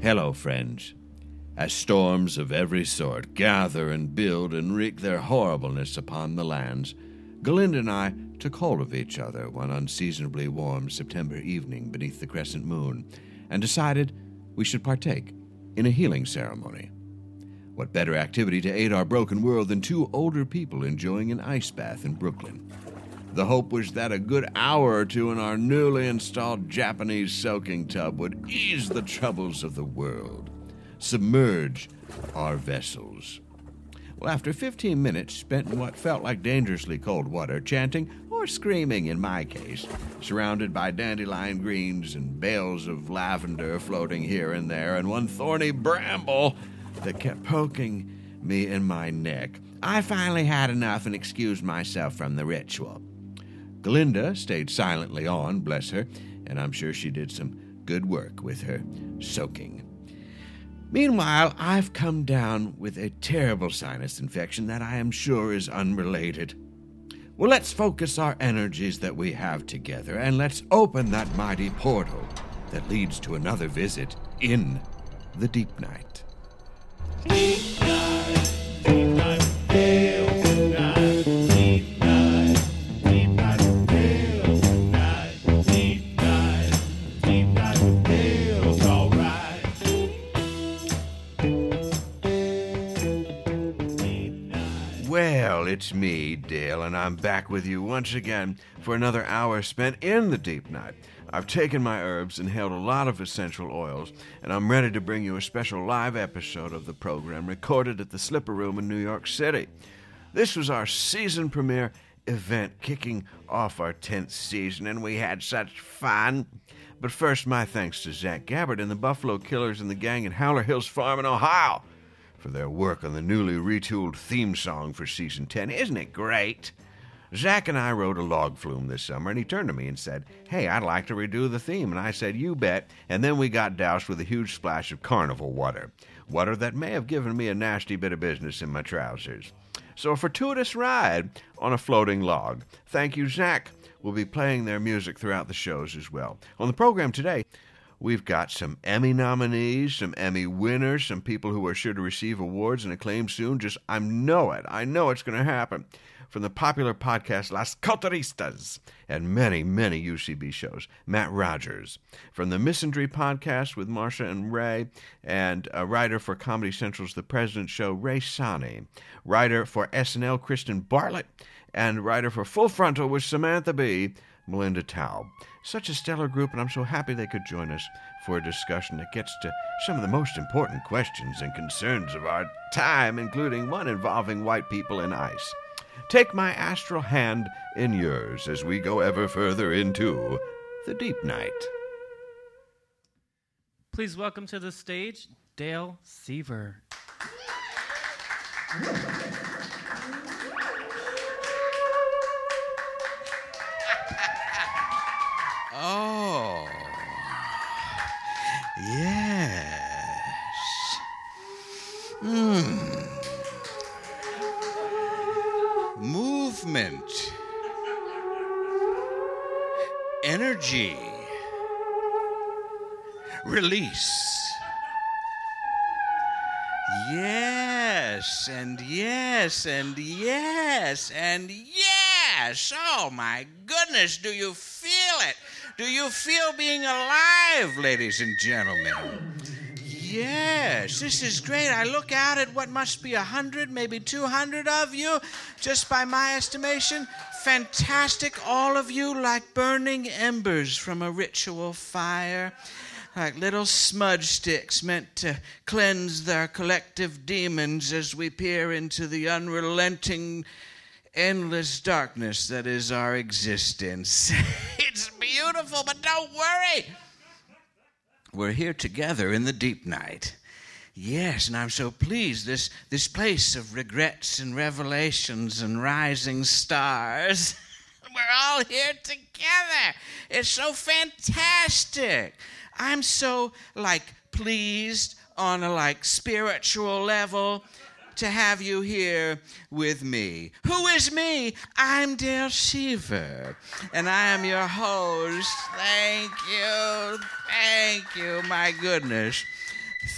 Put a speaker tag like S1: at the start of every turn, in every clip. S1: Hello, friends. As storms of every sort gather and build and wreak their horribleness upon the lands, Glinda and I took hold of each other one unseasonably warm September evening beneath the crescent moon and decided we should partake in a healing ceremony. What better activity to aid our broken world than two older people enjoying an ice bath in Brooklyn? The hope was that a good hour or two in our newly installed Japanese soaking tub would ease the troubles of the world, submerge our vessels. Well, after 15 minutes spent in what felt like dangerously cold water, chanting or screaming in my case, surrounded by dandelion greens and bales of lavender floating here and there, and one thorny bramble that kept poking me in my neck, I finally had enough and excused myself from the ritual. Glinda stayed silently on, bless her, and I'm sure she did some good work with her soaking. Meanwhile, I've come down with a terrible sinus infection that I am sure is unrelated. Well, let's focus our energies that we have together and let's open that mighty portal that leads to another visit in the deep night. Well, it's me, Dale, and I'm back with you once again for another hour spent in the deep night. I've taken my herbs, inhaled a lot of essential oils, and I'm ready to bring you a special live episode of the program recorded at the Slipper Room in New York City. This was our season premiere event kicking off our 10th season, and we had such fun. But first, my thanks to Zach Gabbard and the Buffalo Killers and the gang at Howler Hills Farm in Ohio for their work on the newly retooled theme song for season 10. Isn't it great? Zach and I rode a log flume this summer, and he turned to me and said, Hey, I'd like to redo the theme. And I said, You bet. And then we got doused with a huge splash of carnival water, water that may have given me a nasty bit of business in my trousers. So, a fortuitous ride on a floating log. Thank you, Zach. We'll be playing their music throughout the shows as well. On the program today, We've got some Emmy nominees, some Emmy winners, some people who are sure to receive awards and acclaim soon. Just, I know it. I know it's going to happen. From the popular podcast Las Cotaristas and many, many UCB shows, Matt Rogers. From the Misandry podcast with Marsha and Ray, and a writer for Comedy Central's The President Show, Ray Sani. Writer for SNL, Kristen Bartlett. And writer for Full Frontal with Samantha Bee. Melinda Taub. Such a stellar group, and I'm so happy they could join us for a discussion that gets to some of the most important questions and concerns of our time, including one involving white people and ice. Take my astral hand in yours as we go ever further into the deep night.
S2: Please welcome to the stage Dale Seaver.
S3: Oh. Yes. Mm. Movement. Energy. Release. Yes, and yes, and yes, and yes. Oh my goodness, do you feel it? Do you feel being alive, ladies and gentlemen? Yes, this is great. I look out at what must be a 100, maybe 200 of you, just by my estimation. Fantastic, all of you like burning embers from a ritual fire like little smudge sticks meant to cleanse their collective demons as we peer into the unrelenting, endless darkness that is our existence. it's beautiful, but don't worry. We're here together in the deep night. Yes, and I'm so pleased this this place of regrets and revelations and rising stars. We're all here together. It's so fantastic. I'm so like pleased on a like spiritual level to have you here with me. Who is me? I'm Dale Seaver, and I am your host. Thank you, thank you, my goodness.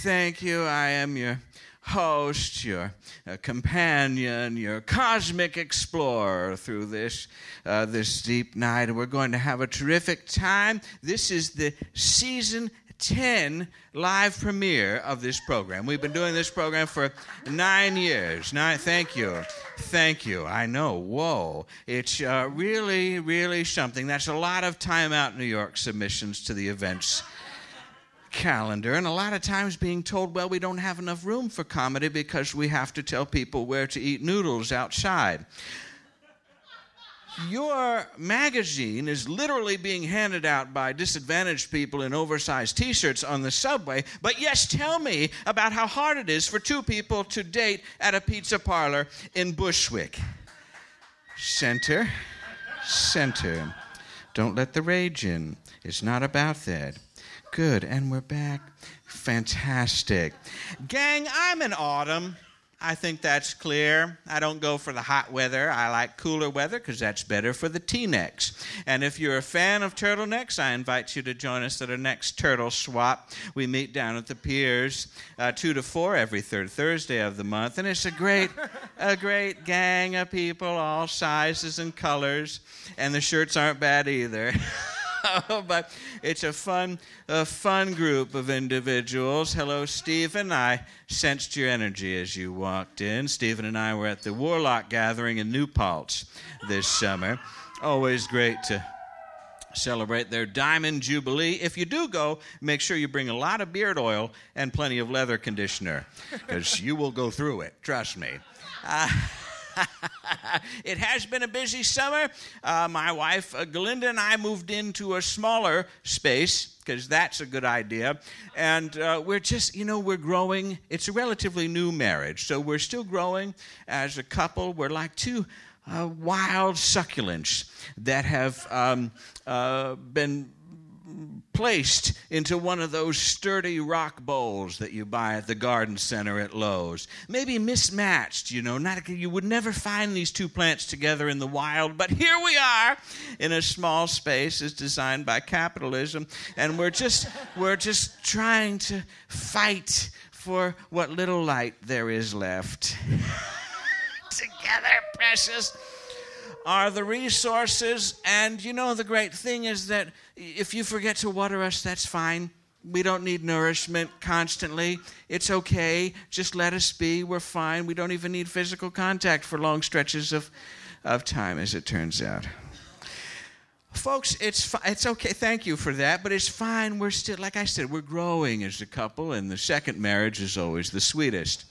S3: Thank you. I am your host, your uh, companion, your cosmic explorer through this uh, this deep night. We're going to have a terrific time. This is the season. 10 live premiere of this program. We've been doing this program for nine years. Nine, thank you. Thank you. I know. Whoa. It's uh, really, really something. That's a lot of time out in New York submissions to the events calendar and a lot of times being told well we don't have enough room for comedy because we have to tell people where to eat noodles outside your magazine is literally being handed out by disadvantaged people in oversized t-shirts on the subway but yes tell me about how hard it is for two people to date at a pizza parlor in bushwick center center don't let the rage in it's not about that Good, and we're back. Fantastic. Gang, I'm in autumn. I think that's clear. I don't go for the hot weather. I like cooler weather because that's better for the T necks. And if you're a fan of turtlenecks, I invite you to join us at our next turtle swap. We meet down at the piers, uh, two to four every third Thursday of the month, and it's a great, a great gang of people, all sizes and colors, and the shirts aren't bad either. but it's a fun, a fun group of individuals. Hello, Stephen. I sensed your energy as you walked in. Stephen and I were at the Warlock Gathering in New Paltz this summer. Always great to celebrate their diamond jubilee. If you do go, make sure you bring a lot of beard oil and plenty of leather conditioner, because you will go through it. Trust me. Uh, it has been a busy summer. Uh, my wife uh, Glenda and I moved into a smaller space because that's a good idea. And uh, we're just, you know, we're growing. It's a relatively new marriage, so we're still growing as a couple. We're like two. uh, wild succulents that have um, been placed into one of those sturdy rock bowls that you buy at the garden center at Lowe's. Maybe mismatched, you know, not you would never find these two plants together in the wild, but here we are in a small space as designed by capitalism and we're just we're just trying to fight for what little light there is left. together, precious are the resources. And you know, the great thing is that if you forget to water us, that's fine. We don't need nourishment constantly. It's okay. Just let us be. We're fine. We don't even need physical contact for long stretches of, of time, as it turns out. Folks, it's fi- it's okay. Thank you for that, but it's fine. We're still, like I said, we're growing as a couple, and the second marriage is always the sweetest.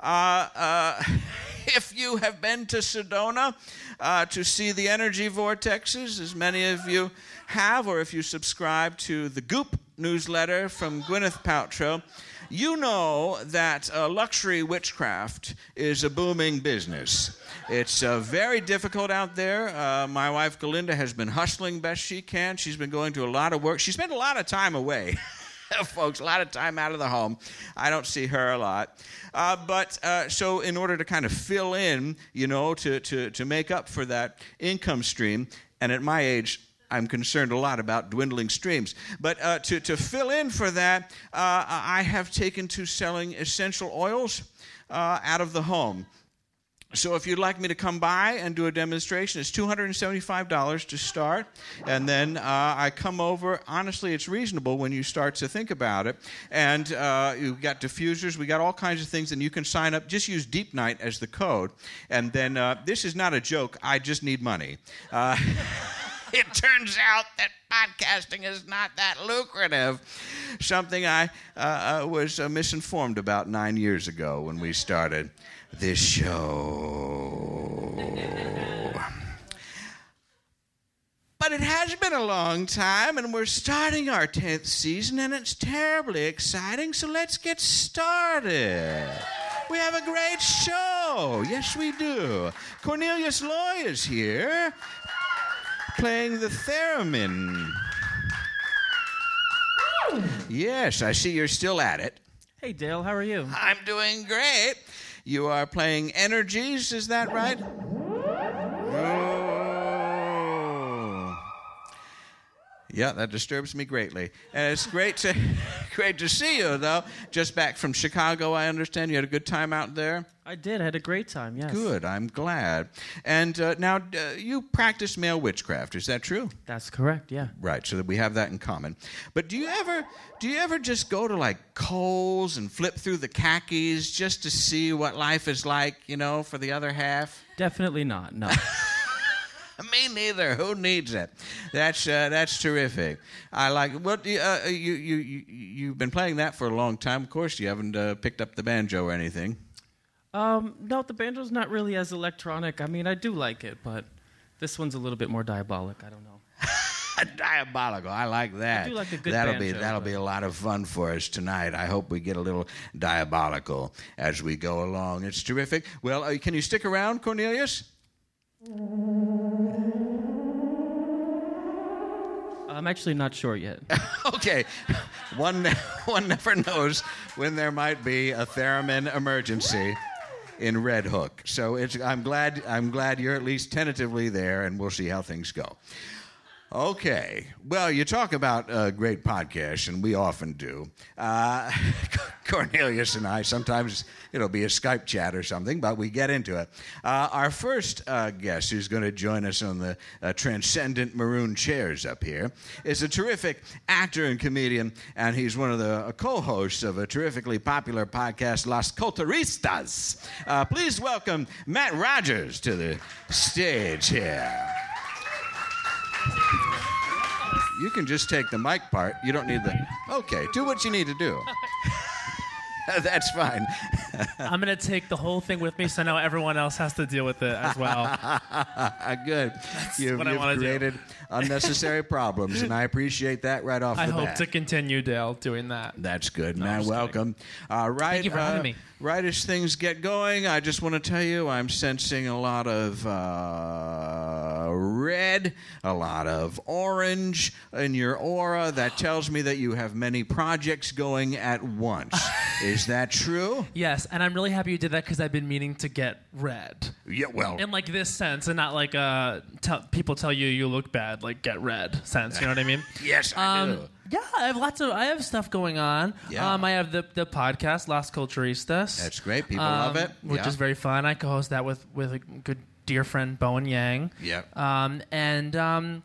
S3: Uh, uh, if you have been to Sedona uh, to see the energy vortexes, as many of you have, or if you subscribe to the Goop newsletter from Gwyneth Paltrow, you know that uh, luxury witchcraft is a booming business. It's uh, very difficult out there. Uh, my wife Galinda has been hustling best she can. She's been going to a lot of work. She spent a lot of time away. folks, a lot of time out of the home. I don't see her a lot. Uh, but uh, so, in order to kind of fill in, you know, to, to, to make up for that income stream, and at my age, I'm concerned a lot about dwindling streams. But uh, to, to fill in for that, uh, I have taken to selling essential oils uh, out of the home. So if you'd like me to come by and do a demonstration, it's $275 to start. And then uh, I come over. Honestly, it's reasonable when you start to think about it. And uh, you've got diffusers. We got all kinds of things. And you can sign up. Just use Deep Night as the code. And then uh, this is not a joke. I just need money. Uh, it turns out that podcasting is not that lucrative. Something I uh, uh, was uh, misinformed about nine years ago when we started this show. But it has been a long time, and we're starting our 10th season, and it's terribly exciting, so let's get started. We have a great show. Yes, we do. Cornelius Loy is here playing the theremin. Yes, I see you're still at it.
S2: Hey, Dale, how are you?
S3: I'm doing great. You are playing energies, is that right? Oh. Yeah, that disturbs me greatly. And it's great to great to see you though. Just back from Chicago, I understand you had a good time out there.
S2: I did. I had a great time. Yes.
S3: Good, I'm glad. And uh, now uh, you practice male witchcraft, is that true?
S2: That's correct. Yeah.
S3: Right, so that we have that in common. But do you ever do you ever just go to like Kohl's and flip through the khakis just to see what life is like, you know, for the other half?
S2: Definitely not. No.
S3: Me neither. Who needs it? That's uh, that's terrific. I like. What do you, uh, you you you you've been playing that for a long time. Of course, you haven't uh, picked up the banjo or anything.
S2: Um, no, the banjo's not really as electronic. I mean, I do like it, but this one's a little bit more diabolic. I don't know.
S3: Diabolical. I like that.
S2: I do like a good
S3: that'll be
S2: banjo,
S3: that'll
S2: but-
S3: be a lot of fun for us tonight. I hope we get a little diabolical as we go along. It's terrific. Well, uh, can you stick around, Cornelius?
S2: I'm actually not sure yet.
S3: okay. One, one never knows when there might be a theremin emergency in Red Hook. So it's, I'm, glad, I'm glad you're at least tentatively there, and we'll see how things go. Okay. Well, you talk about uh, great podcasts, and we often do. Uh, Cornelius and I sometimes it'll be a Skype chat or something, but we get into it. Uh, our first uh, guest, who's going to join us on the uh, transcendent maroon chairs up here, is a terrific actor and comedian, and he's one of the uh, co-hosts of a terrifically popular podcast, Las Culturistas. Uh, please welcome Matt Rogers to the stage here. You can just take the mic part. You don't need the. Okay, do what you need to do. That's fine.
S4: I'm gonna take the whole thing with me, so now everyone else has to deal with it as well.
S3: Uh, Good. You've,
S4: what I
S3: you've
S4: wanna do.
S3: created unnecessary problems, and I appreciate that right off
S4: I
S3: the
S4: hope
S3: bat.
S4: to continue, Dale, doing that.
S3: That's good, man. Welcome. Uh, right,
S4: you for having
S3: uh,
S4: me.
S3: Right as things get going, I just want to tell you I'm sensing a lot of uh, red, a lot of orange in your aura. That tells me that you have many projects going at once. Is that true?
S4: Yes, and I'm really happy you did that because I've been meaning to get red
S3: Yeah, well.
S4: in like this sense, and not like uh, tell, people tell you you look bad, like get red sense. You know what I mean?
S3: Yes, I do.
S4: Um, yeah, I have lots of I have stuff going on.
S3: Yeah.
S4: Um, I have the the podcast Las Culturistas. Um,
S3: That's great. People love it.
S4: which
S3: Yeah.
S4: is very fun. I co-host that with with a good dear friend Bowen Yang.
S3: Yep.
S4: Um, and um,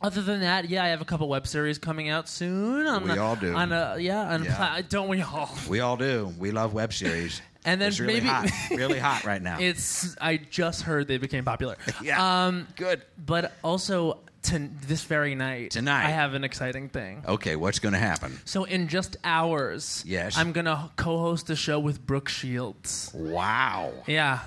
S4: other than that, yeah, I have a couple web series coming out soon. On
S3: We
S4: a-
S3: all do.
S4: On a yeah, on a
S3: Yeah.
S4: pla- don't we all?
S3: We all do. We love web series.
S4: And then
S3: it's really
S4: maybe-
S3: hot. really hot right now.
S4: It's I just heard they became popular.
S3: yeah. Um, good.
S4: But also to this very night,
S3: Tonight.
S4: I have an exciting thing.
S3: Okay, what's going to happen?
S4: So in just hours,
S3: Yes.
S4: I'm gonna co-host a show with Brooke Shields.
S3: Wow.
S4: Yeah,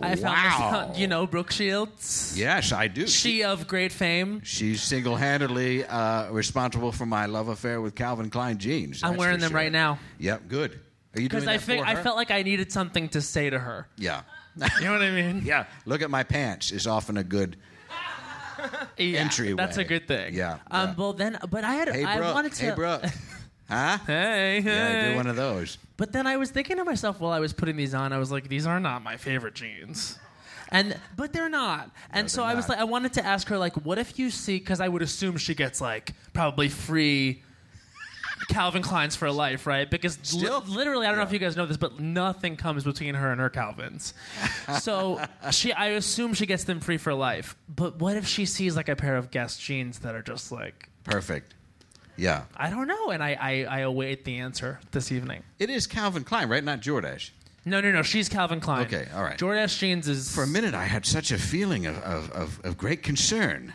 S4: I
S3: Wow.
S4: found this, you know Brooke Shields.
S3: Yes, I do.
S4: She of great fame.
S3: She's single-handedly uh, responsible for my love affair with Calvin Klein jeans.
S4: I'm
S3: that's
S4: wearing
S3: for
S4: them
S3: sure.
S4: right now.
S3: Yep, good. Are you doing
S4: Because I
S3: that
S4: think
S3: for
S4: I
S3: her?
S4: felt like I needed something to say to her.
S3: Yeah.
S4: You know what I mean?
S3: Yeah. Look at my pants is often a good.
S4: Yeah,
S3: Entryway.
S4: That's a good thing.
S3: Yeah,
S4: Um.
S3: yeah.
S4: Well, then, but I had.
S3: Hey,
S4: I
S3: Brooke.
S4: wanted to.
S3: Hey, Brooke. huh?
S4: Hey. hey.
S3: Yeah, do one of those.
S4: But then I was thinking to myself while I was putting these on, I was like, these are not my favorite jeans. And but they're not. And so
S3: they're
S4: I was
S3: not.
S4: like I wanted to ask her like what if you see cuz I would assume she gets like probably free Calvin Kleins for life, right? Because li-
S3: Still?
S4: literally I don't know if you guys know this, but nothing comes between her and her Calvins. So she I assume she gets them free for life. But what if she sees like a pair of Guess jeans that are just like
S3: Perfect. Yeah.
S4: I don't know and I I, I await the answer this evening.
S3: It is Calvin Klein, right? Not Jordache.
S4: No, no, no. She's Calvin Klein.
S3: Okay, all right.
S4: Jordache jeans is
S3: For a minute, I had such a feeling of, of, of, of great concern.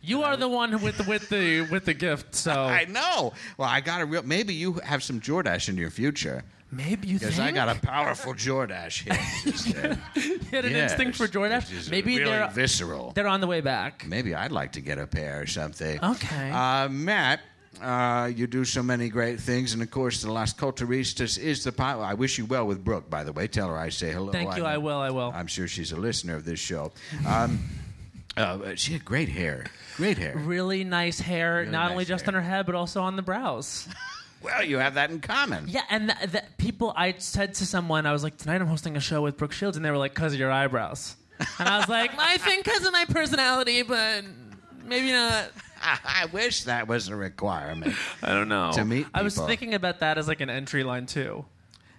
S4: You are the one with with the with the gift. So
S3: I know. Well, I got a real. Maybe you have some Jordache in your future.
S4: maybe you think
S3: Because I got a powerful Jordache here.
S4: you had an instinct for Jordache. Maybe
S3: really
S4: they're
S3: visceral.
S4: they're on the way back.
S3: Maybe I'd like to get a pair or something.
S4: Okay.
S3: Uh, Matt, uh, you do so many great things, and of course, the Las Culturistas is the. Po- I wish you well with Brooke, by the way. Tell her I say hello.
S4: Thank you. I will. I will.
S3: I'm sure she's a listener of this show. Um, uh, but she had great hair. Great hair.
S4: really nice hair, not
S3: nice
S4: only just
S3: hair.
S4: on her head but also on the brows.
S3: Well, you have that in common.
S4: Yeah, and th- th- people, I said to someone, I was like, tonight I'm hosting a show with Brooke Shields, and they were like, because of your eyebrows. And I was like, I think because of my personality, but maybe not.
S3: I wish that was a requirement.
S4: I don't know.
S3: To meet
S4: I was
S3: people.
S4: thinking about that as like an entry line too.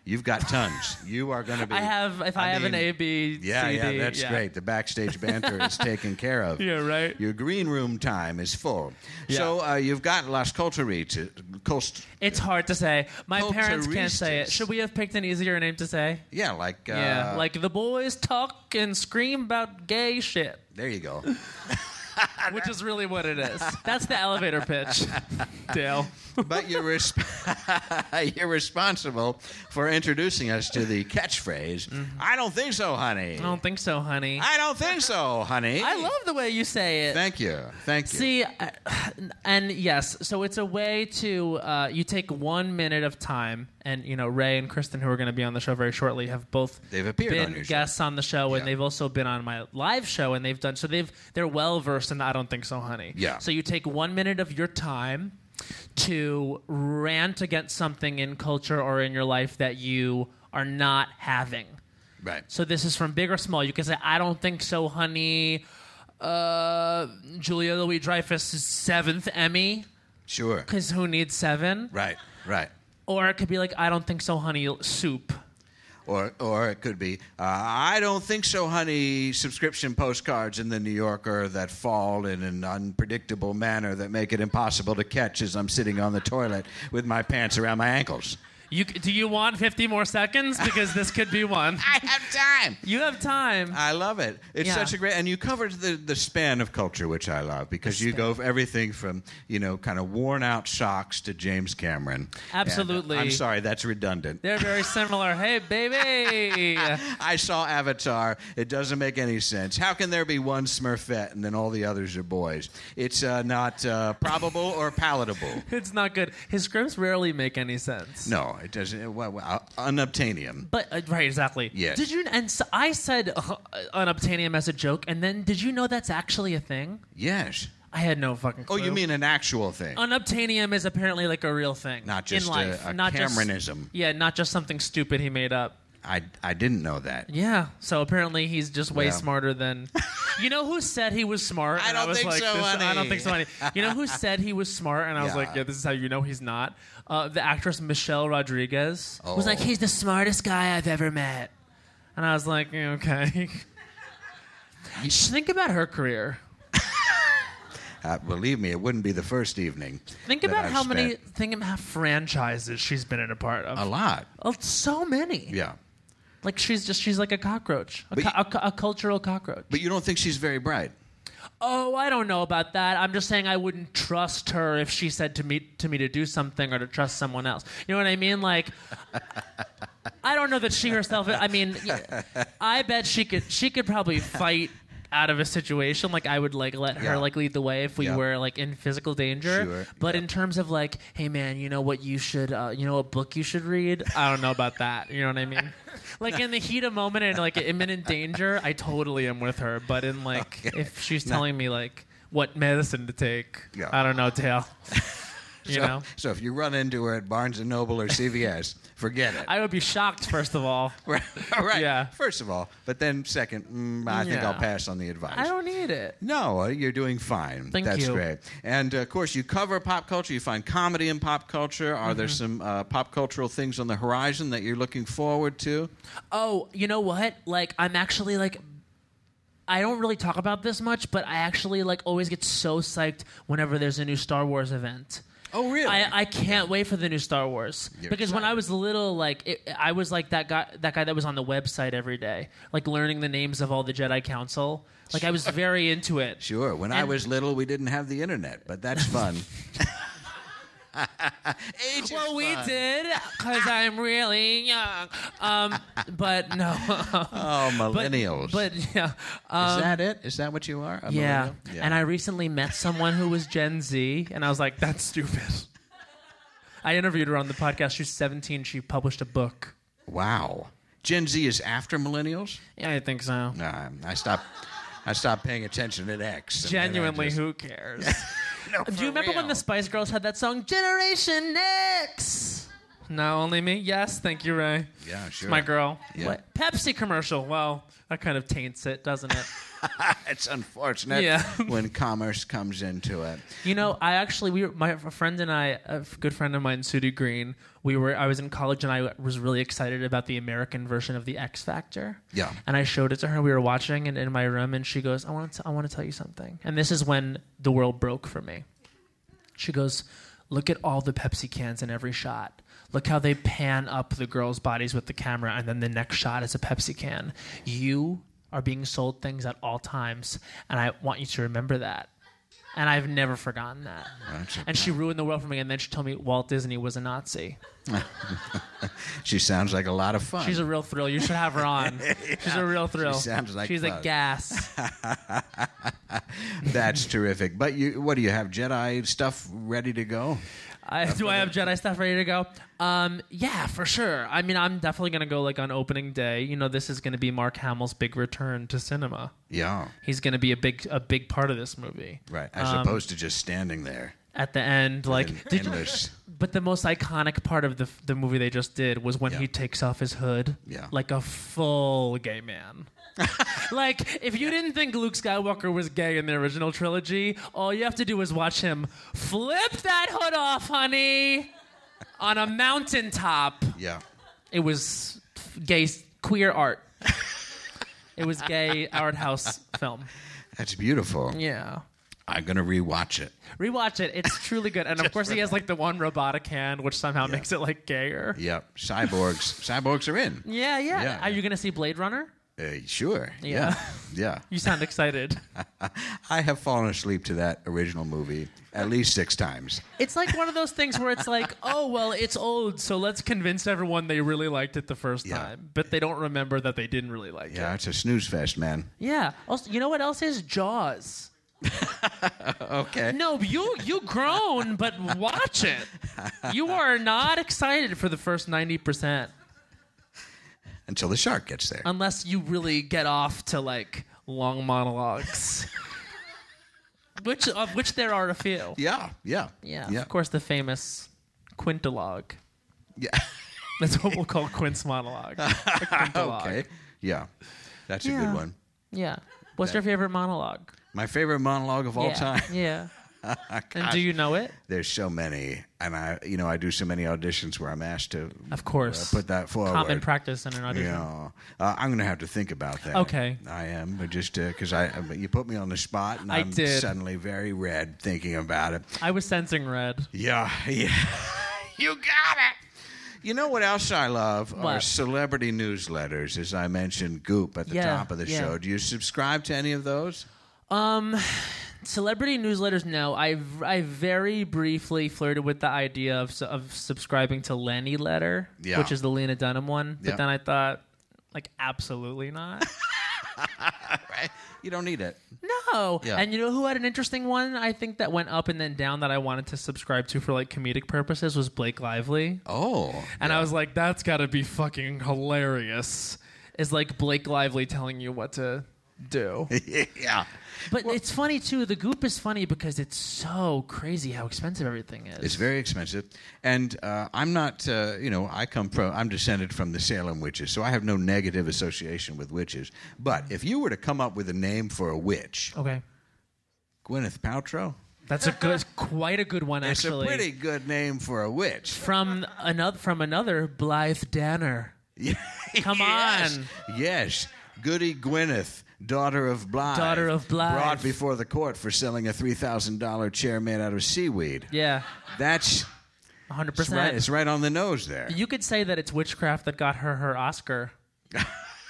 S3: You've got tons. You are going to be.
S4: I have if I, have
S3: mean,
S4: an A B
S3: Yeah,
S4: C,
S3: yeah,
S4: D,
S3: that's great. The backstage banter is taken care of.
S4: Yeah, right.
S3: Your green room time is full. So uh, you've got Las Culturas. Coast,
S4: It's hard to say. My
S3: Culturistas.
S4: parents can't say it. Should we have picked an easier name to say?
S3: yeah, like. Uh,
S4: yeah, like the boys talk and scream about gay shit,
S3: There you go.
S4: which is really what it is. That's the elevator pitch, Dale.
S3: But you're, resp- you're responsible for introducing us to the catchphrase I don't think so, honey.
S4: Mm-hmm. I don't think so, honey. I,
S3: I don't think so, honey.
S4: love the way you say it.
S3: Thank you. Thank you.
S4: See, I- and yes, so it's a way to uh, you take one minute of time, and you know Ray and Kristen, who are going to be on the show very shortly, have both
S3: They've appeared
S4: been
S3: on your show.
S4: guests on the show, and
S3: Yeah.
S4: they've also been on my live show, and they've done so they've they're well versed in I don't think so, honey.
S3: Yeah.
S4: So you take one minute of your time to rant against something in culture or in your life that you are not having.
S3: right.
S4: So this is from big or small. You can say, I don't think so, honey. Uh, Julia Louis Dreyfus' seventh Emmy,
S3: Sure.
S4: because who needs seven?
S3: Right. Right.
S4: Or it could be like, I don't think so, honey, soup.
S3: Or, or it could be, uh, I don't think so, honey. Subscription postcards in the New Yorker that fall in an unpredictable manner that make it impossible to catch as I'm sitting on the toilet with my pants around my ankles.
S4: You, do you want 50 more seconds? Because this could be one.
S3: I have time.
S4: You have time.
S3: I love it. It's
S4: Yeah.
S3: such a great, and you covered the, the span of culture, which I love, because you go everything from you know kind of worn out socks to James Cameron. And, uh,
S4: Absolutely.
S3: I'm sorry, that's redundant.
S4: They're very similar. Hey, baby.
S3: I saw Avatar. It doesn't make any sense. How can there be one Smurfette and then all the others are boys? It's uh, not uh, probable or palatable.
S4: it's not good. His scripts rarely make any sense.
S3: No, it doesn't. It, well, well, uh, unobtainium.
S4: But uh, right, exactly.
S3: Yes.
S4: Did you? And so I said uh, unobtainium as a joke, and then did you know that's actually a thing?
S3: Yes.
S4: I had no fucking.
S3: Oh,
S4: Clue.
S3: you mean an actual thing?
S4: Uh, unobtainium is apparently like a real thing,
S3: Not just
S4: in
S3: a-
S4: life,
S3: a
S4: not just-
S3: Cameronism.
S4: yeah, not just something stupid he made up.
S3: I I didn't know that.
S4: Yeah. So apparently he's just way
S3: Yeah.
S4: smarter than. You know who said he was smart?
S3: I
S4: And
S3: don't
S4: was
S3: think
S4: like,
S3: so,
S4: this- I
S3: honey.
S4: don't think so, honey. You know who said he was smart? And I was
S3: Yeah.
S4: like, yeah, this is how you know he's not. Uh, the actress Michelle Rodriguez was like,
S3: Oh.
S4: he's the smartest guy I've ever met. And I was like, "Yeah, okay. Just Think about her career.
S3: Uh, believe me, it wouldn't be the first evening.
S4: Think
S3: that
S4: about
S3: I've
S4: how many.
S3: spent-
S4: Think about how franchises she's been in a part of.
S3: A lot.
S4: Oh, so many.
S3: Yeah.
S4: Like she's just she's like a cockroach, a,
S3: But
S4: co-
S3: you-
S4: a, co- a cultural cockroach.
S3: But you don't think she's very bright.
S4: Oh, I don't know about that. I'm just saying I wouldn't trust her if she said to me to me to do something or to trust someone else. You know what I mean? Like I don't know that she herself I mean yeah, I bet she could she could probably fight out of a situation like I would like let her
S3: Yeah.
S4: like lead the way if we
S3: Yeah.
S4: were like in physical danger.
S3: Sure,
S4: But
S3: yeah.
S4: in terms of like, hey man, you know what you should uh, you know what book you should read? I don't know about that. You know what I mean? Like in the heat of moment and like imminent danger, I totally am with her. But in like if she's telling me like what medicine to take,
S3: Yeah.
S4: I don't know, Dale. you
S3: So,
S4: know,
S3: so if you run into her at Barnes and Noble or CVS, forget it.
S4: I would be shocked first of all.
S3: right. right.
S4: Yeah.
S3: First of all, but then second, mm, I think
S4: Yeah.
S3: I'll pass on the advice.
S4: I don't need it.
S3: No, uh, you're doing fine.
S4: Thank
S3: That's
S4: you.
S3: great. And uh, of course, you cover pop culture. You find comedy in pop culture. Are
S4: Mm-hmm.
S3: there some uh, pop cultural things on the horizon that you're looking forward to?
S4: Oh, you know what? Like I'm actually like I don't really talk about this much, but I actually like always get so psyched whenever there's a new Star Wars event.
S3: Oh, really?
S4: I, I can't wait for the new Star Wars
S3: You're
S4: because when
S3: excited.
S4: I was little, like it, I was like that guy, that guy that was on the website every day, like learning the names of all the Jedi Council. Like I was very into it.
S3: Sure. When I
S4: And-
S3: was little, we didn't have the internet, but that's fun. Age is
S4: Well, we
S3: fun.
S4: did because I'm really young. Um, but no,
S3: Oh,
S4: but,
S3: millennials.
S4: but yeah, um,
S3: is that it? Is that what you are? A
S4: Yeah.
S3: millennial? Yeah.
S4: And I recently met someone who was Gen Z, and I was like, that's stupid. I interviewed her on the podcast. She's 17. She published a book.
S3: wow. Gen Z is after millennials.
S4: Yeah, I think so.
S3: Nah, I stopped. I stopped paying attention at X. and then I
S4: Genuinely,
S3: just-
S4: who cares?
S3: No,
S4: Do
S3: for
S4: you remember when
S3: real.
S4: the Spice Girls had that song, Generation X? No, only me. Yes, thank you, Ray.
S3: Yeah,
S4: It's
S3: sure.
S4: my girl.
S3: Yeah.
S4: What? Pepsi commercial. Well, that kind of taints it, doesn't it?
S3: it's unfortunate
S4: Yeah.
S3: when commerce comes into it.
S4: You know, I actually we were, my a friend and I, a good friend of mine, Sudhu Green. We were I was in college and I was really excited about the American version of the X Factor.
S3: Yeah.
S4: And I showed it to her. We were watching it in my room, and she goes, "I want to I want to tell you something." And this is when the world broke for me. She goes, "Look at all the Pepsi cans in every shot." Look how they pan up the girls' bodies with the camera, and then the next shot is a Pepsi can. You are being sold things at all times, and I want you to remember that. And I've never forgotten that. And she ruined the world for me. And then she told me Walt Disney was a Nazi.
S3: She sounds like a lot of fun.
S4: She's a real thrill. You should have her on. She's a real thrill.
S3: sounds like
S4: She's
S3: fun.
S4: a gas.
S3: That's terrific. But you, what do you have? Jedi stuff ready to go?
S4: I, do I have Jedi stuff ready to go? Um, yeah, for sure. I mean, I'm definitely gonna go like on opening day. You know, this is gonna be Mark Hamill's big return to cinema.
S3: Yeah,
S4: He's gonna be a big a big part of this movie.
S3: right. As opposed to just standing there.
S4: At the end, Um, like,
S3: in
S4: did you-
S3: endless-
S4: but the most iconic part of the the movie they just did was when
S3: Yeah.
S4: he takes off his hood,
S3: Yeah.
S4: like a full gay man. like if you didn't think Luke Skywalker was gay in the original trilogy, all you have to do is watch him flip that hood off, honey, on a mountaintop.
S3: Yeah.
S4: It was gay queer art. it was gay art house film.
S3: That's beautiful.
S4: Yeah.
S3: I'm going to rewatch it.
S4: Rewatch it. It's truly good. And of course, he has like the one robotic hand, which somehow makes it like gayer.
S3: Yep. Cyborgs. Cyborgs are in.
S4: Yeah, yeah.
S3: Yeah,
S4: Are
S3: yeah.
S4: you going to see Blade Runner?
S3: Uh, sure.
S4: Yeah.
S3: Yeah.
S4: You sound excited.
S3: I have fallen asleep to that original movie at least six times.
S4: it's like one of those things where it's like, oh, well, it's old, so let's convince everyone they really liked it the first
S3: Yeah.
S4: time, but they don't remember that they didn't really like
S3: Yeah,
S4: it.
S3: it's a snooze fest, man.
S4: Yeah. Also, you know what else is Jaws?
S3: Okay.
S4: No, you you groan, but watch it. You are not excited for the first ninety percent
S3: Until the shark gets there.
S4: unless you really get off to like long monologues, which of which there are a few.
S3: yeah. Yeah.
S4: Yeah,
S3: Yeah.
S4: of course, the famous quintilogue.
S3: Yeah.
S4: That's what we'll call Quint's monologue. A quintilogue.
S3: okay. Yeah. That's a
S4: Yeah.
S3: good one.
S4: Yeah. What's your favorite monologue?
S3: My favorite monologue of all
S4: yeah.
S3: time.
S4: Yeah. and do you know it?
S3: There's so many, and I, you know, I do so many auditions where I'm asked to uh,
S4: Of course.
S3: put that forward.
S4: Common practice in an audition.
S3: Yeah, uh, I'm going to have to think about that.
S4: Okay.
S3: I am, but just because I, but you put me on the spot, and
S4: I
S3: am
S4: did.
S3: suddenly very red thinking about it.
S4: I was sensing red.
S3: Yeah, yeah, you got it. You know what else I love are
S4: What?
S3: celebrity newsletters. As I mentioned, Goop at the
S4: Yeah,
S3: top of the
S4: yeah.
S3: show. Do you subscribe to any of those?
S4: Um, celebrity newsletters no i i very briefly flirted with the idea of su- of subscribing to lenny letter
S3: Yeah.
S4: which is the lena dunham one but
S3: Yeah.
S4: then i thought like absolutely not
S3: You don't need it.
S4: no
S3: Yeah.
S4: Oh, and you know who had an interesting one i think that went up and then down that i wanted to subscribe to for like comedic purposes was blake lively
S3: Oh,
S4: and i was like that's gotta be fucking hilarious is like blake lively telling you what to do
S3: yeah.
S4: but it's funny too the goop is funny because it's so crazy how expensive everything is
S3: It's very expensive, and uh, I'm not. Uh, you know, I come from. I'm descended from the Salem witches, so I have no negative association with witches. But if you were to come up with a name for a witch,
S4: okay
S3: Gwyneth Paltrow.
S4: That's a good, quite a good one
S3: It's
S4: actually.
S3: a pretty good name for a witch.
S4: from another from another Blythe Danner. Come
S3: yes.
S4: on.
S3: Yes, Goody Gwyneth. Daughter of Blythe.
S4: Daughter of Blythe.
S3: Brought before the court for selling a $3,000 chair made out of seaweed.
S4: Yeah,
S3: That's
S4: hundred
S3: it's right,
S4: percent.
S3: it's right on the nose there.
S4: You could say that it's witchcraft that got her her Oscar.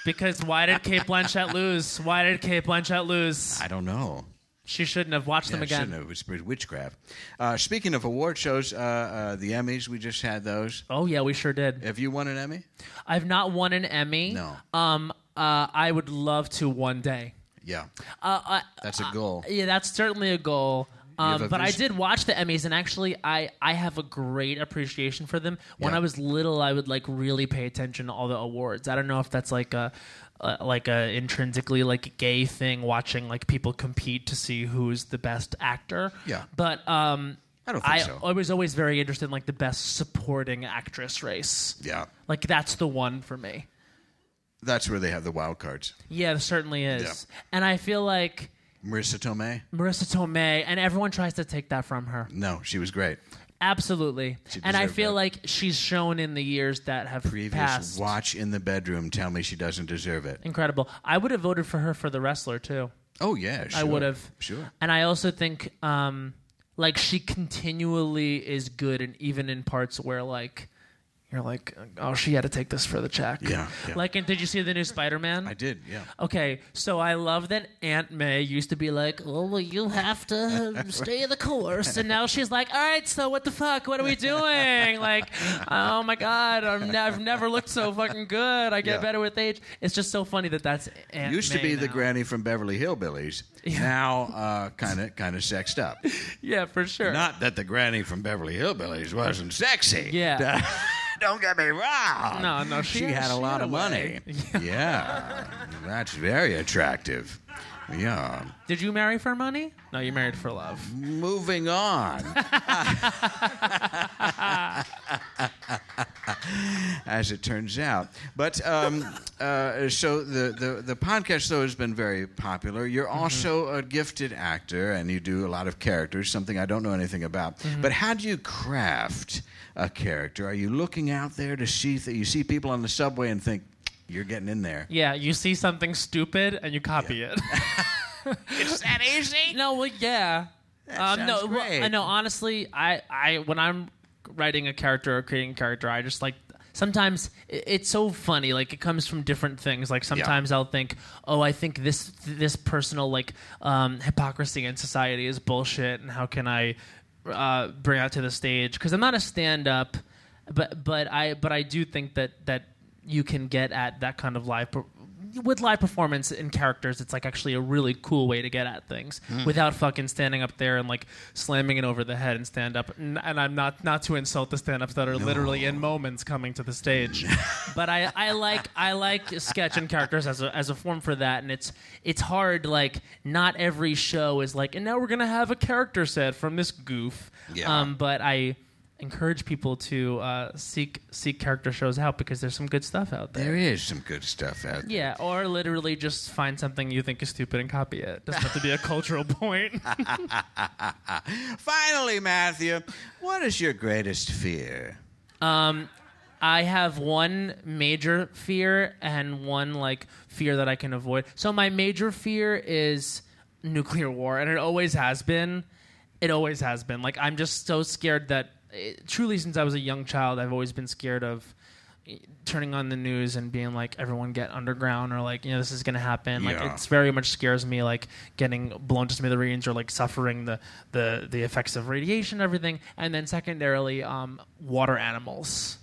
S4: Because why did Kate Blanchett lose? Why did Kate Blanchett lose?
S3: I don't know.
S4: She shouldn't have watched them
S3: Yeah,
S4: again.
S3: shouldn't have. It's pretty witchcraft. Uh, speaking of award shows, uh, uh, the Emmys, we just had those.
S4: Oh yeah, we sure did.
S3: Have you won an Emmy?
S4: I've not won an Emmy.
S3: No.
S4: Um. Uh. I would love to one day.
S3: Yeah.
S4: Uh. uh
S3: That's a goal.
S4: Yeah, that's certainly a goal.
S3: have
S4: Um,
S3: a
S4: but I
S3: vision.
S4: did watch the Emmys, and actually, I, I have a great appreciation for them. When
S3: Yeah.
S4: I was little, I would like really pay attention to all the awards. I don't know if that's like a, uh, like a intrinsically like gay thing, watching like people compete to see who's the best actor.
S3: Yeah.
S4: But um,
S3: I don't think
S4: I,
S3: so.
S4: I was always very interested in like the best supporting actress race.
S3: yeah,
S4: Like that's the one for me.
S3: that's where they have the wild cards.
S4: Yeah, there certainly is.
S3: Yeah.
S4: And I feel like
S3: Marissa Tomei?
S4: Marissa Tomei and everyone tries to take that from her.
S3: No, she was great.
S4: Absolutely. And I
S3: deserved
S4: feel
S3: that.
S4: like she's shown in the years that have
S3: Previous
S4: passed.
S3: watch in the bedroom. Tell me she doesn't deserve it.
S4: Incredible. I would have voted for her for the wrestler too.
S3: Oh yeah,
S4: I
S3: sure.
S4: would have.
S3: Sure.
S4: And I also think um like she continually is good and even in parts where like you're like oh she had to take this for the check.
S3: Yeah, yeah.
S4: Like and did you see the new Spider-Man?
S3: I did. Yeah.
S4: Okay, so I love that Aunt May used to be like, "Oh, well, you have to stay the course," and now she's like, "All right, so what the fuck? What are we doing?" Like, oh my god, I'm ne- I've never looked so fucking good. I get
S3: Yeah.
S4: better with age. It's just so funny that that's Aunt
S3: Used to
S4: May
S3: be the
S4: now.
S3: granny from Beverly Hillbillies. Now, kind of, kind of sexed up.
S4: Yeah, for sure.
S3: Not that the granny from Beverly Hillbillies wasn't sexy.
S4: Yeah.
S3: Don't get me wrong.
S4: no, no,
S3: she,
S4: she,
S3: had a
S4: she
S3: lot of
S4: way.
S3: money. yeah, that's very attractive. Yeah.
S4: Did you marry for money? No, you married for love.
S3: Moving on. As it turns out, but um, uh, so the, the the podcast though has been very popular. You're also a gifted actor, and you do a lot of characters. Something I don't know anything about. But how do you craft a character? Are you looking out there to see that you see people on the subway and think you're getting in there?
S4: Yeah, you see something stupid and you copy it.
S3: Is that easy?
S4: No, well, yeah. um, no,
S3: sounds
S4: well,
S3: great.
S4: I know. Honestly, I, I, when I'm writing a character or creating a character, I just like sometimes i- it's so funny. Like it comes from different things. Like sometimes I'll think, oh, I think this this personal like um, hypocrisy in society is bullshit, and how can I uh, bring out to the stage? Because I'm not a stand up, but but I but I do think that that you can get at that kind of live. Per- with live performance and characters, it's like actually a really cool way to get at things
S3: Hmm.
S4: without fucking standing up there and like slamming it over the head and stand up. And, and I'm not not to insult the stand ups that are literally in moments coming to the stage, but I, I like I like sketch and characters as a as a form for that. And it's it's hard like not every show is like and now we're gonna have a character set from this goof.
S3: Yeah.
S4: Um, but I encourage people to uh, seek seek character shows out because there's some good stuff out there.
S3: There is some good stuff out there.
S4: Yeah, or literally just find something you think is stupid and copy it. Doesn't have to be a cultural point.
S3: Finally, Matthew, what is your greatest fear?
S4: I have one major fear and one like fear that I can avoid. So my major fear is nuclear war, and it always has been. It always has been. Like I'm just so scared that it, truly, since I was a young child, I've always been scared of eh, turning on the news and being like everyone get underground or like you know this is gonna happen like
S3: Yeah.
S4: it's very much scares me like getting blown to smithereens or like suffering the the the effects of radiation and everything and then secondarily um water animals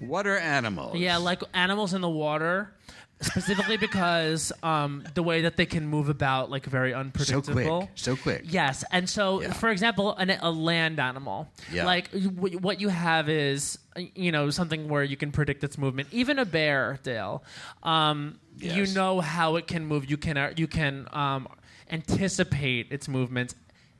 S3: What are animals?
S4: yeah, like animals in the water, specifically because um, the way that they can move about like very
S3: so
S4: unpredictable.
S3: quick, so quick.
S4: Yes, and so
S3: Yeah.
S4: for example, an, a land animal,
S3: Yeah.
S4: like w- what you have is you know something where you can predict its movement. Even a bear, Dale, um, you
S3: Yes.
S4: know how it can move. You can uh, you can um, anticipate its movements.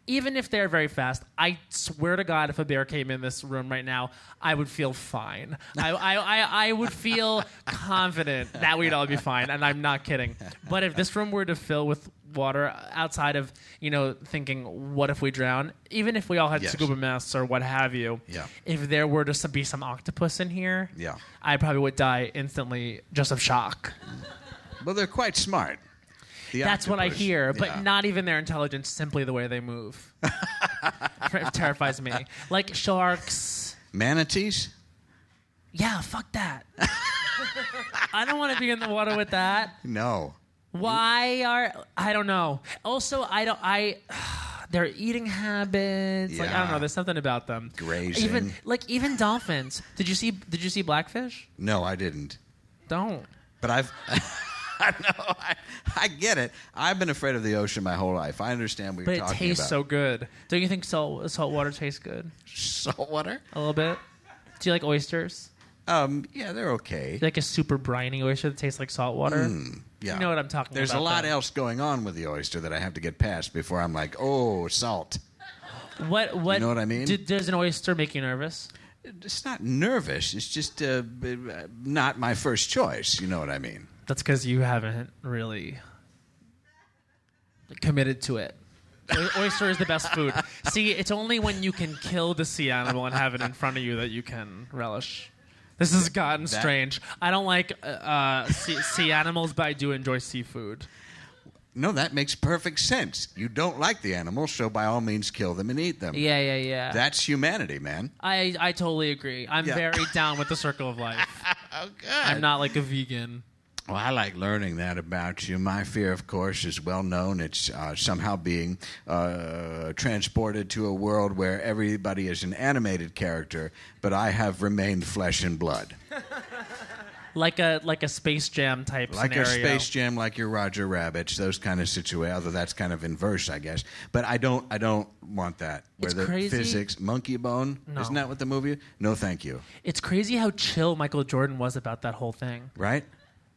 S4: Even if they're very fast, I swear to God, if a bear came in this room right now, I would feel fine. I, I, I, I would feel confident that we'd all be fine, and I'm not kidding. But if this room were to fill with water outside of you know thinking what if we drown even if we all had
S3: Yes.
S4: scuba masks or what have you
S3: Yeah.
S4: if there were to be some octopus in here
S3: Yeah.
S4: i probably would die instantly just of shock
S3: Well, they're quite smart. The
S4: that's what i
S3: octopus.
S4: hear but
S3: Yeah.
S4: not even their intelligence simply the way they move it terrifies me like sharks
S3: manatees.
S4: yeah fuck that i don't want to be in the water with that
S3: No,
S4: Why are I don't know. Also, I don't I their eating habits. Like I don't
S3: Yeah.
S4: know. There's something about them.
S3: Grazing.
S4: Even like even dolphins. Did you see? Did you see blackfish?
S3: no, I didn't.
S4: Don't.
S3: But I've. I know. I, I get it. I've been afraid of the ocean my whole life. I understand what
S4: But
S3: you're
S4: it
S3: talking
S4: tastes so
S3: about.
S4: good. Don't you think salt salt water tastes good?
S3: so salt water.
S4: A little bit. Do you like oysters?
S3: Um, yeah, they're okay.
S4: Do you like a super briny oyster that tastes like salt water?
S3: yeah,
S4: You know what I'm talking
S3: There's
S4: about.
S3: a lot
S4: though.
S3: else going on with the oyster that I have to get past before I'm like, oh, salt.
S4: What what?
S3: know what I mean?
S4: d- does an oyster make you nervous?
S3: It's not nervous. It's just uh, b- b- not my first choice. You know what I mean?
S4: That's because you haven't really committed to it. O- Oyster is the best food. See, it's only when you can kill the sea animal and have it in front of you that you can relish. This has gotten strange. I don't like uh, uh, sea, sea animals, but I do enjoy seafood.
S3: No, that makes perfect sense. You don't like the animals, so by all means, kill them and eat them.
S4: Yeah, yeah, yeah.
S3: That's humanity, man.
S4: I, I totally agree. I'm
S3: Yeah.
S4: very down with the circle of life.
S3: Oh, good.
S4: I'm not like a vegan.
S3: Well, I like learning that about you. My fear, of course, is well known. It's uh, somehow being uh, transported to a world where everybody is an animated character, but I have remained flesh and blood.
S4: Like a like a Space Jam type
S3: Like a
S4: scenario.
S3: Space Jam, like your Roger Rabbits, those kind of situations. Although that's kind of inverse, I guess. But I don't, I don't want that. Where
S4: It's
S3: the
S4: crazy.
S3: physics, monkey bone,
S4: No.
S3: isn't that what the movie? No, thank you.
S4: It's crazy how chill Michael Jordan was about that whole thing.
S3: Right?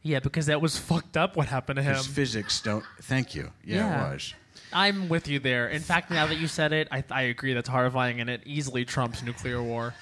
S4: Yeah, because that was fucked up what happened to him.
S3: Because physics don't. Thank you. Yeah,
S4: Um, Yeah.
S3: it was.
S4: I'm with you there. In fact, now that you said it, I, I agree that's horrifying and it easily trumps nuclear war.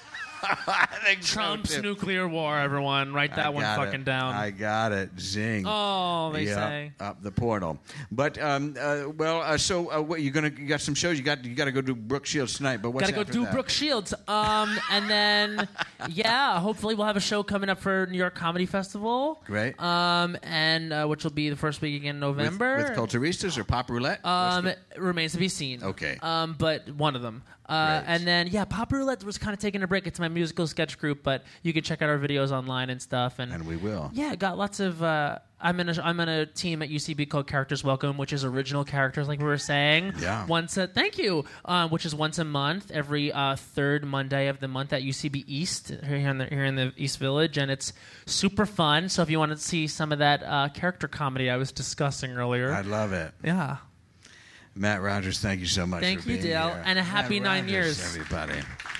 S3: I think so,
S4: Trumps
S3: too.
S4: nuclear war, everyone. Write that
S3: I
S4: one
S3: got
S4: fucking
S3: it.
S4: down.
S3: I got it. Zing.
S4: Oh, they
S3: Yeah,
S4: say.
S3: up the portal. But um, uh, well, uh, so uh, what, you gonna you got some shows. You got you got to go do Brooke Shields tonight. But what's
S4: Gotta go
S3: after
S4: do
S3: that?
S4: Brooke Shields. Um, and then, yeah, hopefully we'll have a show coming up for New York Comedy Festival.
S3: Great.
S4: Um, and uh, which will be the first week in
S3: with,
S4: November.
S3: with Culturistas or Pop Roulette? What's
S4: Um,
S3: the-
S4: it remains to be seen.
S3: Okay.
S4: Um, but one of them. Uh,
S3: Great.
S4: and then yeah, Pop Roulette was kind of taking a break. It's my musical sketch group, but you can check out our videos online and stuff. And,
S3: and we will.
S4: yeah, got lots of. Uh, I'm in a I'm in a team at UCB called Characters Welcome, which is original characters, like we were saying.
S3: Yeah.
S4: Once a thank you, um, which is once a month, every uh, third Monday of the month at UCB East here in the here in the East Village, and it's super fun. So if you want to see some of that uh, character comedy I was discussing earlier,
S3: I love it.
S4: yeah.
S3: Matt Rogers, thank you so much.
S4: Thank
S3: for
S4: you,
S3: being
S4: Dale,
S3: here.
S4: and a happy
S3: Matt
S4: nine
S3: Rogers,
S4: years.
S3: everybody.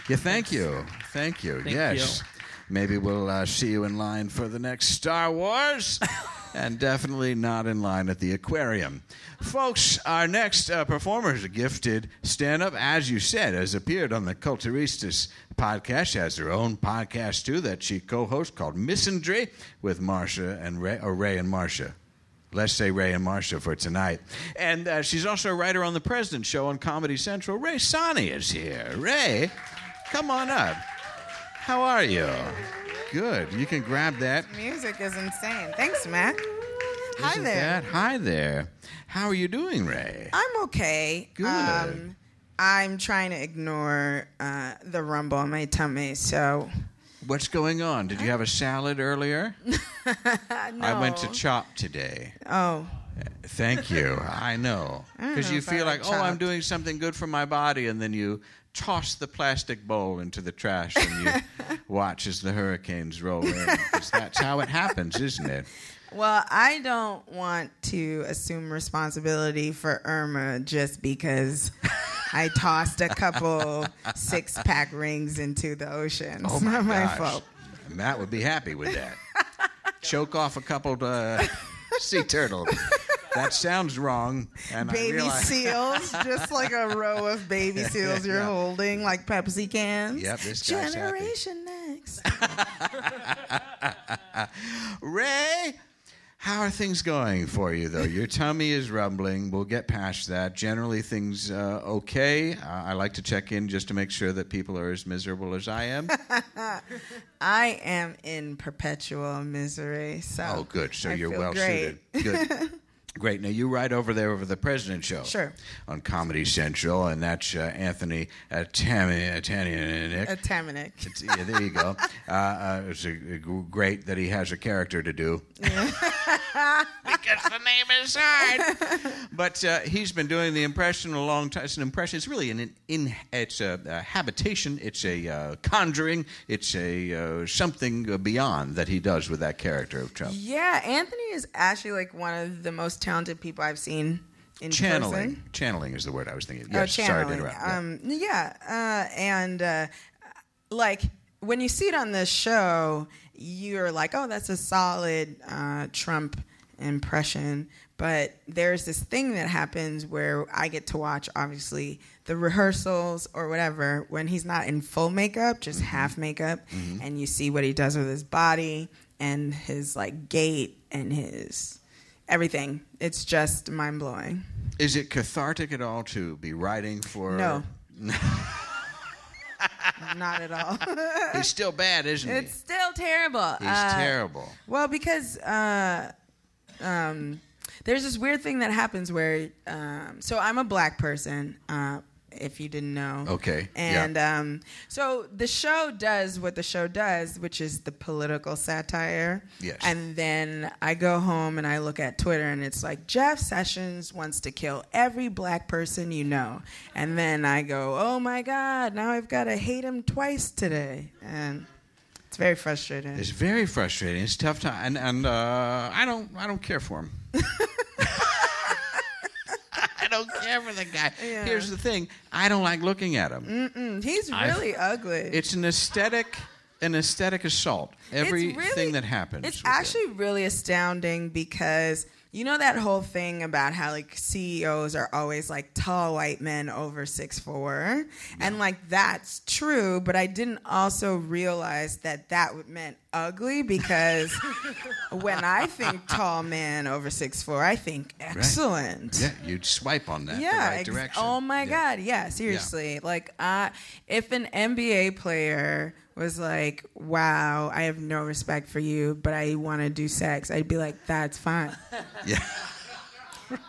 S3: Yeah, thank you, thank you. yes, maybe we'll uh, see you in line for the next Star Wars, and definitely not in line at the aquarium, folks. Our next uh, performer is a gifted stand-up, as you said, has appeared on the Culturistas podcast. She has her own podcast too that she co-hosts called Misandry with Marcia and Ray, or Ray and Marcia. Let's say Ray and Marcia for tonight. And uh, she's also a writer on The President Show on Comedy Central. Ray Sani is here. Ray, come on up. How are you? Good. You can grab that.
S5: Music is insane. Thanks, Matt. Hi
S3: Isn't
S5: there.
S3: that- Hi there. How are you doing, Ray?
S5: I'm okay. Um,
S3: Good.
S5: I'm trying to ignore uh, the rumble in my tummy, so
S3: What's going on? Did you have a salad earlier? I went to
S5: No.
S3: Chop today.
S5: oh,
S3: Thank you. I know. Because you
S5: if Mm, I
S3: feel like,
S5: like
S3: oh, I'm
S5: chopped."
S3: doing something good for my body, and then you toss the plastic bowl into the trash and you watch as the hurricanes roll in. 'Cause that's how it happens, isn't it?
S5: well, I don't want to assume responsibility for Irma just because I tossed a couple six-pack rings into the ocean.
S3: Oh
S5: it's
S3: my
S5: not my
S3: gosh.
S5: fault.
S3: Matt would be happy with that. Choke off a couple uh, sea turtles. That sounds wrong. And I
S5: Baby
S3: realize,
S5: seals, just like a row of baby seals you're
S3: Yeah.
S5: holding, like Pepsi cans.
S3: Yep, this guy's happy.
S5: Generation next.
S3: Ray, how are things going for you, though? Your tummy is rumbling. We'll get past that. Generally, things uh, okay. Uh, I like to check in just to make sure that people are as miserable as I am.
S5: I am in perpetual misery. So
S3: oh, good. So
S5: I
S3: you're
S5: feel
S3: well
S5: great.
S3: suited. Good. Great. Now you ride over there over the President Show.
S5: Sure.
S3: On Comedy Central, and that's uh, Anthony uh, Tammy, uh, Tanianic.
S5: A Tamanic.
S3: It's- yeah, there you go. Uh, uh, it's uh, great that he has a character to do. because the name is hard. But uh, he's been doing the impression a long time. It's an impression. It's really an in. It's a, uh habitation. It's a uh, conjuring. It's a uh, something beyond that he does with that character of Trump.
S5: Yeah, Anthony is actually like one of the most talented people I've seen in
S3: Channeling.
S5: person.
S3: Channeling is the word I was thinking.
S5: Oh,
S3: Yes, sorry to
S5: channeling.
S3: interrupt. Yeah.
S5: Um, yeah, uh, and uh, like when you see it on this show, you're like, oh, that's a solid uh, Trump impression. But there's this thing that happens where I get to watch, obviously, the rehearsals or whatever when he's not in full makeup, just
S3: Mm-hmm.
S5: half makeup, and you see what he does with his body and his like gait and his everything. It's just mind blowing.
S1: Is it cathartic at all to be writing for?
S5: No. Not at all.
S3: He's still bad, isn't he?
S5: it's uh, still terrible.
S3: He's terrible.
S5: Well, because uh, um, there's this weird thing that happens where, um, so I'm a black person, uh, if you didn't know.
S1: Okay, yeah.
S5: And um, so the show does what the show does, which is the political satire.
S1: Yes.
S5: And then I go home and I look at Twitter and it's like, Jeff Sessions wants to kill every black person you know. And then I go, oh my God, now I've got to hate him twice today. And it's very frustrating.
S3: It's very frustrating. It's a tough time, and, and uh, I don't I don't care for him. I don't care for the guy.
S5: Yeah. Mm.
S3: Here's the thing: I don't like looking at him.
S5: He's really ugly.
S3: It's an aesthetic, an aesthetic assault. Everything
S5: really-
S3: that happens.
S5: It's
S3: with him.
S5: actually really astounding because you know that whole thing about how like CEOs are always like tall white men over six four, and like that's true. But I didn't also realize that that would meant ugly because when I think tall man over six four, I think excellent.
S3: Yeah, you'd swipe on that.
S5: Yeah.
S3: the right
S5: ex-
S3: direction.
S5: Oh my
S3: Yeah.
S5: God. Yeah. Seriously. Like, uh, if an NBA player was like, "Wow, I have no respect for you, but I want to do sex," I'd be like, "That's fine."
S3: Yeah.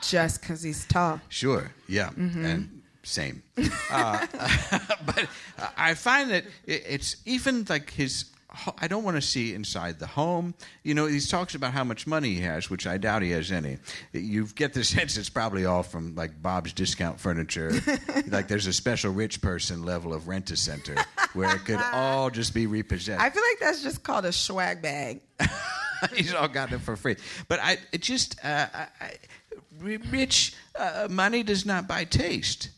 S5: Just because he's tall.
S3: Sure. Yeah.
S5: Mm-hmm.
S3: And same. Uh, but uh, I find that it- it's even like his. ho- I don't want to see inside the home. You know, he talks about how much money he has, which I doubt he has any. You get the sense it's probably all from like Bob's Discount Furniture. like there's a special rich person level of rent a center where it could all just be repossessed.
S5: I feel like that's just called a swag bag.
S3: He's all got it for free. But I it just uh, I, I, rich uh, money does not buy taste.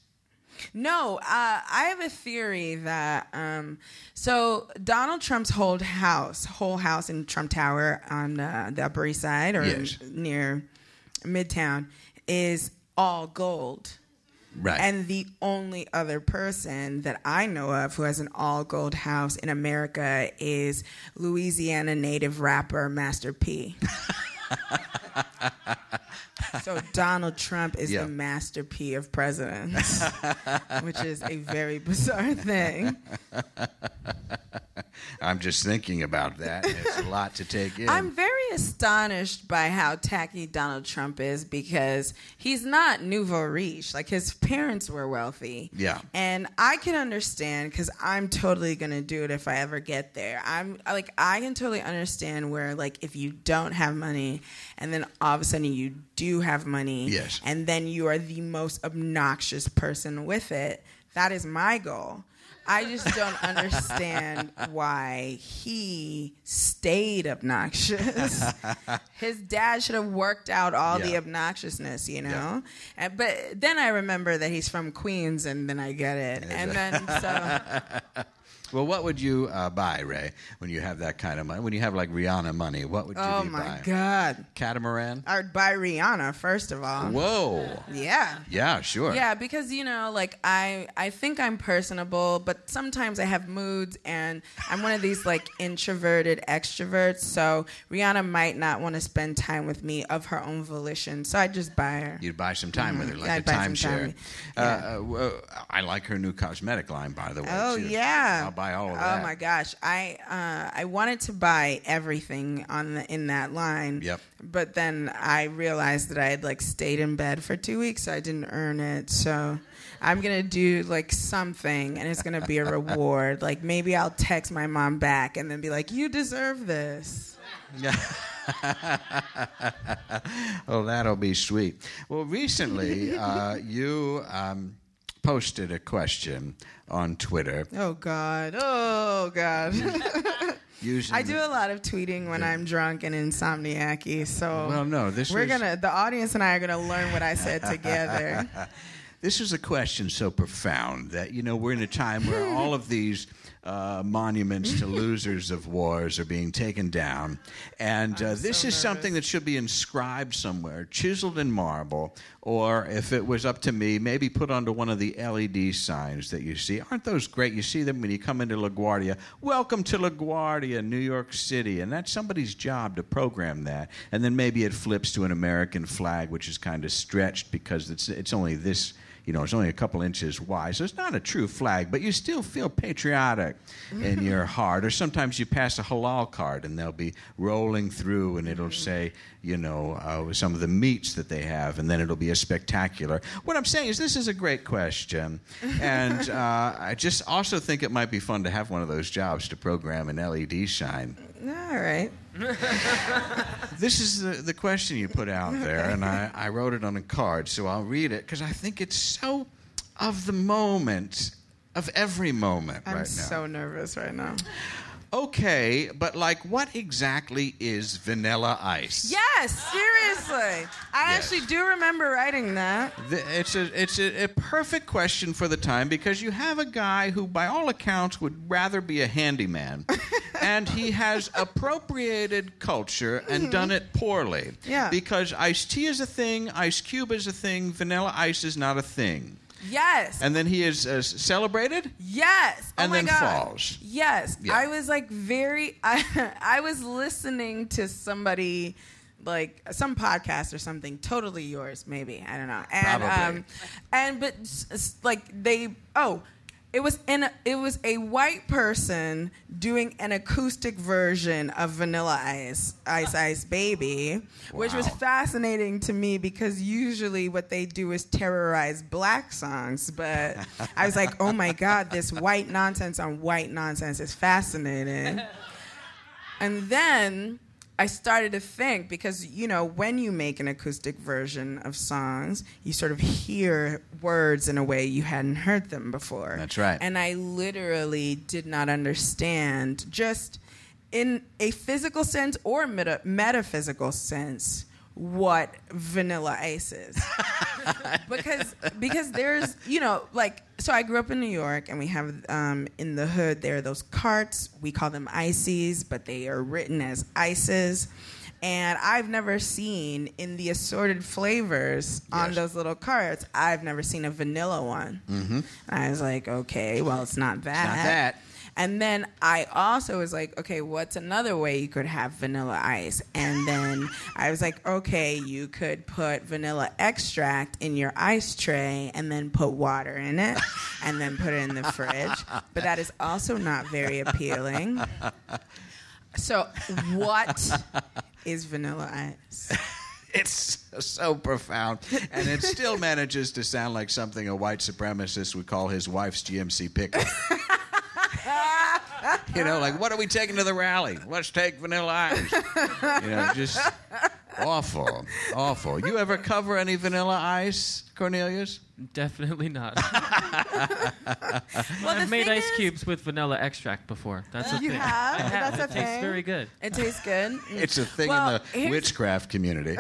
S5: No, uh, I have a theory that um, so Donald Trump's whole house, whole house in Trump Tower on uh, the Upper East Side or
S3: Yes.
S5: near Midtown is all gold.
S3: Right.
S5: And the only other person that I know of who has an all gold house in America is Louisiana native rapper Master P. so Donald Trump is
S3: Yeah.
S5: the Master P of presidents, which is a very bizarre thing.
S3: I'm just thinking about that. It's a lot to take in.
S5: I'm very astonished by how tacky Donald Trump is because he's not nouveau riche. Like his parents were wealthy.
S3: Yeah.
S5: And I can understand because I'm totally gonna do it if I ever get there. I'm like I can totally understand where like if you don't have money and then all of a sudden you do have money.
S3: Yes.
S5: And then you are the most obnoxious person with it. That is my goal. I just don't understand why he stayed obnoxious. His dad should have worked out all the
S3: Yeah.
S5: obnoxiousness, you know? And, but then I remember that he's from Queens and then I get it. And then so
S3: well, what would you uh, buy, Ray, when you have that kind of money? When you have like Rihanna money, what would you
S5: oh
S3: be
S5: my
S3: buying?
S5: god.
S3: Catamaran?
S5: I would buy Rihanna first of all.
S3: Whoa.
S5: Yeah.
S3: Yeah, sure.
S5: Uh-huh. Yeah, because you know, like I, I think I'm personable, but sometimes I have moods, and I'm one of these like introverted extroverts. So Rihanna might not want to spend time with me of her own volition. So I just buy her.
S3: You'd buy some time with her, like
S5: Mm, I'd
S3: a
S5: buy some
S3: timeshare.
S5: time.
S3: Uh, uh, well, I like her new cosmetic line, by the way.
S5: Oh
S3: too.
S5: yeah!
S3: I'll buy all of
S5: oh,
S3: that.
S5: Oh my gosh, I uh, I wanted to buy everything on the in that line.
S3: Yep.
S5: But then I realized that I had like stayed in bed for two weeks, so I didn't earn it. So I'm gonna do like something, and it's gonna be a reward. like maybe I'll text my mom back and then be like, "You deserve this."
S3: Oh, that'll be sweet. Well, recently uh, you um, posted a question on Twitter
S5: Oh God! Oh God!
S3: using.
S5: I do a lot of tweeting when I'm drunk and insomniac so
S3: Well, no, this
S5: we're
S3: was-
S5: gonna the audience and I are gonna learn what I said together.
S3: This is a question so profound that you know we're in a time where all of these uh, monuments to losers of wars are being taken down. And uh, this is something that should be inscribed somewhere, chiseled in marble, or if it was up to me, maybe put onto one of the LED signs that you see. Aren't those great? You see them when you come into LaGuardia. Welcome to LaGuardia, New York City. And that's somebody's job to program that. And then maybe it flips to an American flag, which is kind of stretched because it's, it's only this you know, it's only a couple inches wide, so it's not a true flag, but you still feel patriotic in your heart. Or sometimes you pass a halal card and they'll be rolling through and it'll say, you know, uh, some of the meats that they have, and then it'll be a spectacular. What I'm saying is, this is a great question. And uh, I just also think it might be fun to have one of those jobs to program an E LED shine.
S5: All right.
S3: This is the, the question you put out there, and I, I wrote it on a card, so I'll read it because I think it's so of the moment, of every moment
S5: I'm
S3: right now.
S5: so nervous right now.
S3: okay, but like, what exactly is vanilla ice?
S5: Yes, seriously. I actually do remember writing that.
S3: Th- It's a it's a, a perfect question for the time because you have a guy who, by all accounts, would rather be a handyman, and he has appropriated culture and done it poorly.
S5: Yeah.
S3: Because iced tea is a thing, ice cube is a thing, vanilla ice is not a thing.
S5: Yes.
S3: And then he is uh, celebrated.
S5: Yes.
S3: And
S5: oh my
S3: then
S5: God.
S3: falls.
S5: Yes.
S3: Yeah.
S5: I was like very I, I was listening to somebody like some podcast or something totally yours maybe. I don't know. And
S3: Probably.
S5: um and but s- s- like they oh it was in a, it was a white person doing an acoustic version of Vanilla Ice, Ice Ice Baby, which was
S3: Wow.
S5: fascinating to me because usually what they do is terrorize black songs. But I was like, oh my God, this white nonsense on white nonsense is fascinating. And then I started to think because, you know, when you make an acoustic version of songs, you sort of hear words in a way you hadn't heard them before.
S3: That's right.
S5: And I literally did not understand, just in a physical sense or meta- metaphysical sense, what vanilla ice is because because there's you know like so I grew up in New York and we have um, in the hood there are those carts we call them ices but they are written as ices and I've never seen in the assorted flavors on
S3: Yes.
S5: those little carts I've never seen a vanilla one mm-hmm. I was like okay well it's not that
S3: Not that.
S5: and then I also was like, okay, what's another way you could have vanilla ice? And then I was like, okay, you could put vanilla extract in your ice tray and then put water in it and then put it in the fridge. But that is also not very appealing. So, what is vanilla ice?
S3: It's so profound, and it still manages to sound like something a white supremacist would call his wife's GMC pickup. you know, like what are we taking to the rally? Let's take Vanilla Ice. You know, just awful, awful. You ever cover any Vanilla Ice, Cornelius?
S2: Definitely not.
S5: Well,
S2: I've made
S5: thing
S2: ice
S5: is-
S2: cubes with vanilla extract before. That's a
S5: You
S2: thing.
S5: have?
S2: I have.
S5: That's a
S2: it tastes
S5: thing?
S2: very good.
S5: It tastes good.
S3: It's a thing
S5: Well,
S3: in the
S5: here's-
S3: witchcraft community.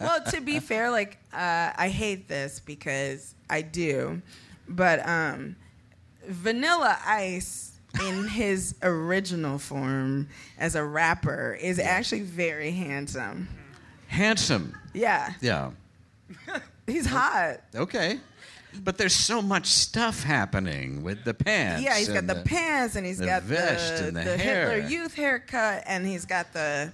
S5: well, to be fair, like uh, I hate this because I do, but um, Vanilla Ice in his original form as a rapper is actually very handsome.
S3: Handsome,
S5: Yeah,
S3: yeah.
S5: he's hot.
S3: Okay. But there's so much stuff happening with the pants.
S5: Yeah, he's got
S3: and
S5: the, pants and he's
S3: the
S5: got
S3: vest
S5: the,
S3: and the
S5: the Hitler
S3: hair.
S5: Youth haircut and he's got the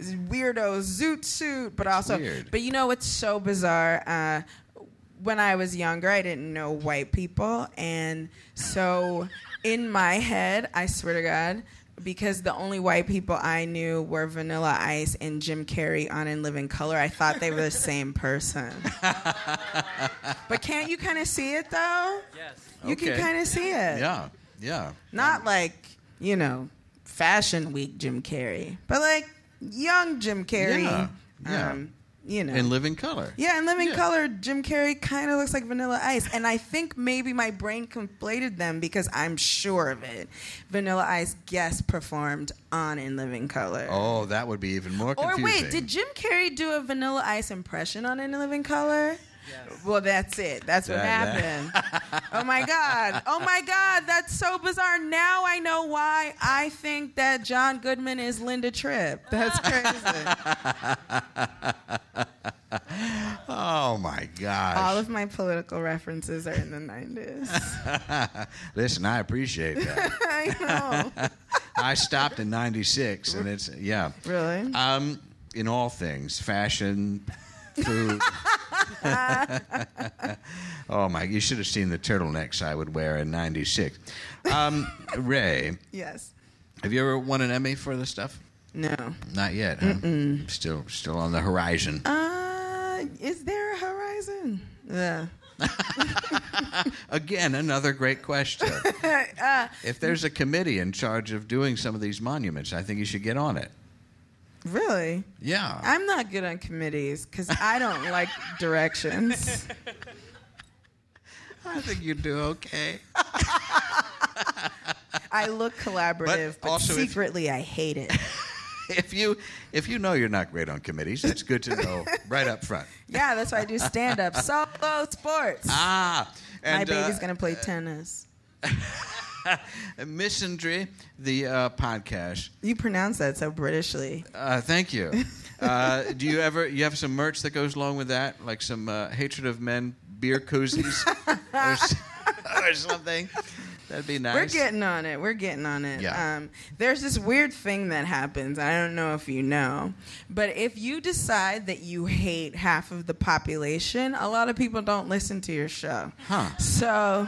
S5: weirdo zoot suit, but also,
S3: weird.
S5: but you know what's so bizarre? Uh, when I was younger, I didn't know white people, and so in my head, I swear to God. Because the only white people I knew were Vanilla Ice and Jim Carrey on In Living Color. I thought they were the same person. but can't you kind of see it though?
S2: Yes.
S5: You can
S3: Okay.
S5: kind of see it.
S3: Yeah, yeah.
S5: Not like, you know, fashion week Jim Carrey, but like young Jim Carrey.
S3: Yeah, yeah.
S5: Um, you know.
S3: In living color.
S5: yeah, in Living
S3: Yeah.
S5: Color, Jim Carrey kind of looks like Vanilla Ice. And I think maybe my brain conflated them because I'm sure of it. Vanilla Ice guest performed on In Living Color.
S3: Oh, that would be even more
S5: or
S3: confusing.
S5: wait, did Jim Carrey do a Vanilla Ice impression on In Living Color? Well, that's it. That's what
S3: That- that-
S5: happened. oh my God. Oh my God. That's so bizarre. Now I know why I think that John Goodman is Linda Tripp. That's crazy.
S3: Oh my
S5: All
S3: gosh!
S5: of my political references are in the 90s.
S3: Listen, I appreciate that.
S5: I know.
S3: I stopped in '96, and it's yeah.
S5: Really?
S3: Um, in all things, fashion, food. oh my! You should have seen the turtlenecks I would wear in '96. Um, Ray,
S5: yes.
S3: have you ever won an Emmy for this stuff?
S5: No.
S3: Not yet. Huh? Still, still on the horizon.
S5: Uh, is there a horizon? Yeah.
S3: Again, another great question.
S5: Uh,
S3: if there's a committee in charge of doing some of these monuments, I think you should get on it.
S5: Really?
S3: Yeah.
S5: I'm not good on committees because I don't like directions.
S3: I think you do okay.
S5: I look collaborative,
S3: But
S5: but,
S3: also if-
S5: secretly I hate it.
S3: If you if you know you're not great on committees, that's good to know right up front.
S5: Yeah, that's why I do stand up. Solo sports.
S3: Ah,
S5: My
S3: and
S5: baby's
S3: uh,
S5: going to play tennis.
S3: Misandry, the uh, podcast.
S5: You pronounce that so Britishly.
S3: Uh, thank you. Uh, do you ever you have some merch that goes along with that, like some uh, hatred of men beer koozies or, s- or something? That'd be nice.
S5: We're getting on it. We're getting on it.
S3: Yeah.
S5: Um, there's this weird thing that happens. I don't know if you know, but if you decide that you hate half of the population, a lot of people don't listen to your show.
S3: Huh.
S5: So.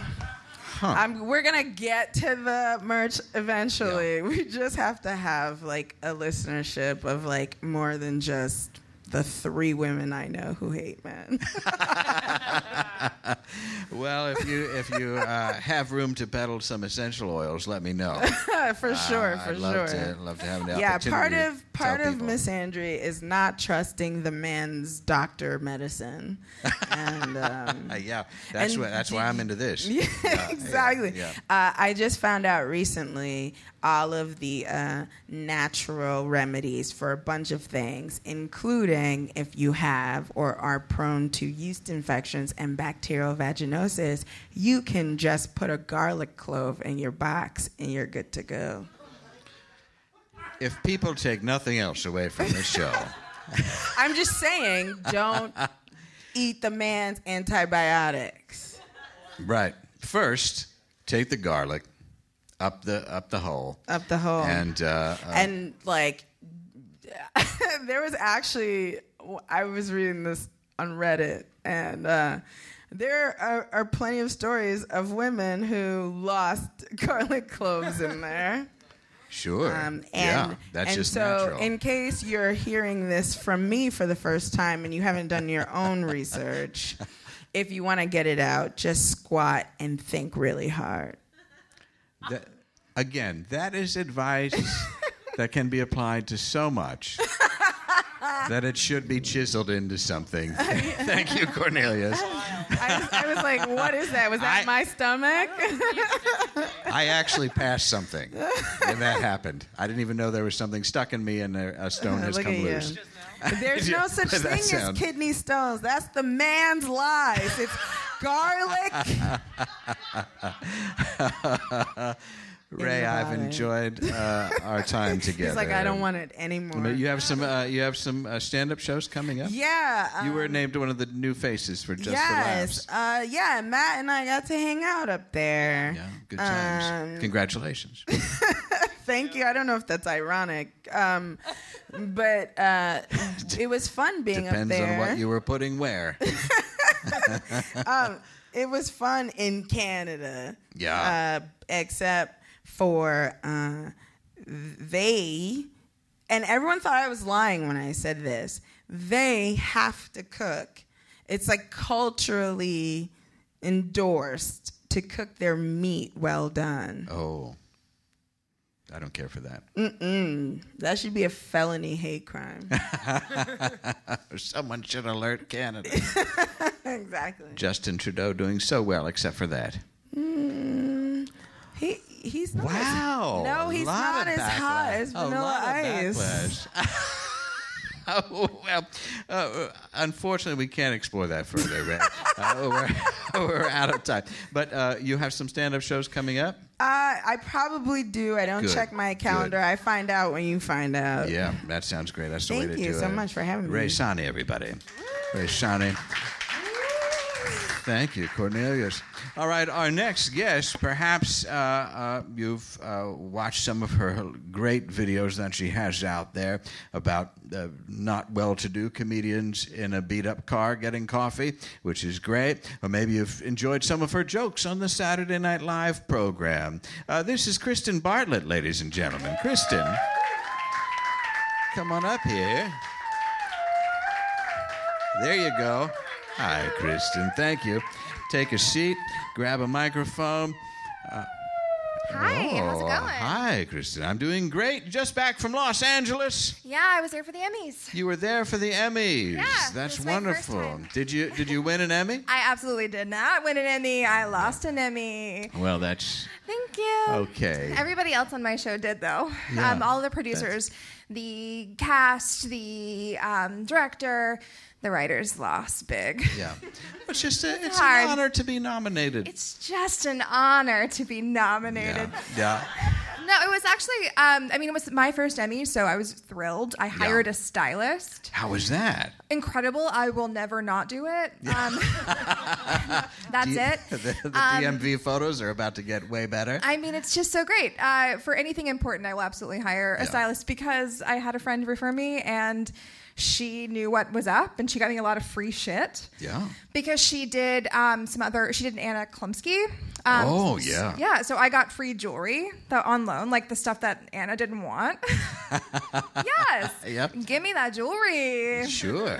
S5: I'm, we're gonna get to the merch eventually. We just have to have like a listenership of like more than just the three women I know who hate men.
S3: Well, if you if you uh, have room to peddle some essential oils, let me know.
S5: for sure,
S3: Uh,
S5: for
S3: I'd love
S5: sure.
S3: To, love to have an
S5: yeah
S3: opportunity.
S5: part
S3: to
S5: of part
S3: tell
S5: of
S3: people.
S5: miss Andre is not trusting the man's doctor medicine and um,
S3: Uh, yeah, that's
S5: and
S3: why that's why
S5: did
S3: I'm
S5: you-
S3: into this.
S5: yeah, exactly
S3: yeah.
S5: Uh, i just found out recently all of the uh, natural remedies for a bunch of things including if you have or are prone to yeast infections and bacterial vaginosis you can just put a garlic clove in your box and you're good to go
S3: If people take nothing else away from this show,
S5: I'm just saying, don't eat the man's antibiotics.
S3: right? First, take the garlic up the up the hole,
S5: Up the hole.
S3: and uh, uh,
S5: and like there was actually i was reading this on reddit and uh, there are, are plenty of stories of women who lost garlic cloves in there
S3: sure,
S5: Um, and
S3: yeah, that's
S5: and
S3: just
S5: so,
S3: natural.
S5: in case you're hearing this from me for the first time and you haven't done your own research, if you want to get it out, just squat and think really hard.
S3: That- again, that is advice that can be applied to so much that it should be chiseled into something. Thank you, Cornelius.
S5: I was, I was like, "What is that? Was that
S3: I-
S5: my stomach?"
S3: I actually passed something when that happened. I didn't even know there was something stuck in me, and a, a stone has
S5: Look
S3: come
S5: at you.
S3: loose.
S5: There's no such
S3: That
S5: thing
S3: sound.
S5: as kidney stones. That's the man's lies. It's garlic.
S3: Ray,
S5: the
S3: I've
S5: body.
S3: enjoyed uh, our time together.
S5: He's like, "I don't want it anymore."
S3: But you have some. Uh, you have some uh, stand-up shows coming up.
S5: yeah, um,
S3: You were named one of the new faces for Just
S5: yes.
S3: for Laughs.
S5: Uh, yeah, Matt and I got to hang out up there.
S3: Yeah, good times.
S5: Um,
S3: Congratulations.
S5: Thank you. I don't know if that's ironic, um, but uh, it was fun being up
S3: Depends
S5: there.
S3: on what you were putting where.
S5: it was fun in Canada.
S3: Yeah.
S5: Uh, except for uh, they, and everyone thought I was lying when I said this. They have to cook. It's like culturally endorsed to cook their meat well done.
S3: Oh, I don't care for that.
S5: That should be a felony hate crime.
S3: Someone should alert Canada.
S5: exactly.
S3: Justin Trudeau doing so well, except for that.
S5: Mm, He he's not
S3: Wow.
S5: As, no,
S3: a
S5: he's
S3: lot
S5: not
S3: of
S5: as hot
S3: backlash.
S5: as
S3: A
S5: Vanilla
S3: lot of
S5: Ice.
S3: backlash. Oh, well, uh, unfortunately, we can't explore that further. But, uh, we're, we're out of time. But uh, you have some stand-up shows coming up.
S5: Uh, I probably do. I don't
S3: Good.
S5: check my calendar.
S3: Good.
S5: I find out when you find out.
S3: Yeah, that sounds great. That's the way
S5: Uh, Thank
S3: to do it.
S5: you so much for having me.
S3: Ray Sani, everybody. Ray Sani. Thank you, Cornelius. All right, our next guest, perhaps uh, uh, you've uh, watched some of her great videos that she has out there about uh, not well to do comedians in a beat up car getting coffee, which is great. Or maybe you've enjoyed some of her jokes on the Saturday Night Live program. Uh, this is Kristen Bartlett, ladies and gentlemen. Kristen. Come on up here. There you go. Hi, Kristen. Thank you. Take a seat, grab a microphone.
S6: Hi, how's it
S3: Oh,
S6: going?
S3: Hi, Kristen. I'm doing great. Just back from Los Angeles.
S6: Yeah, I was there for the Emmys.
S3: You were there for the Emmys.
S6: Yeah, it
S3: That's
S6: was my first
S3: wonderful.
S6: time.
S3: Did you did you win an Emmy?
S6: I absolutely did not win an Emmy. I lost an Emmy.
S3: Well, that's
S6: Thank you.
S3: Okay.
S6: Everybody else on my show did, though.
S3: Yeah,
S6: Um, all of the producers, the cast, the um, director, the writers lost big.
S3: yeah. It's just a, it's
S6: hard.
S3: an honor to be nominated.
S6: It's just an honor to be nominated.
S3: yeah. yeah.
S6: No, it was actually, um, I mean, it was my first Emmy, so I was thrilled. I hired a stylist.
S3: How was that?
S6: Incredible. I will never not do it. Um, that's it.
S3: The, the
S6: Um,
S3: DMV photos are about to get way better.
S6: I mean, it's just so great. Uh, for anything important, I will absolutely hire a
S3: Yeah.
S6: stylist because I had a friend refer me and she knew what was up and she got me a lot of free shit.
S3: Yeah.
S6: Because she did um, some other, she did an Anna Klumsky. Um,
S3: Oh, yeah.
S6: Yeah, so I got free jewelry the, on loan, like the stuff that Anna didn't want. yes.
S3: Yep.
S6: Give me that jewelry.
S3: Sure.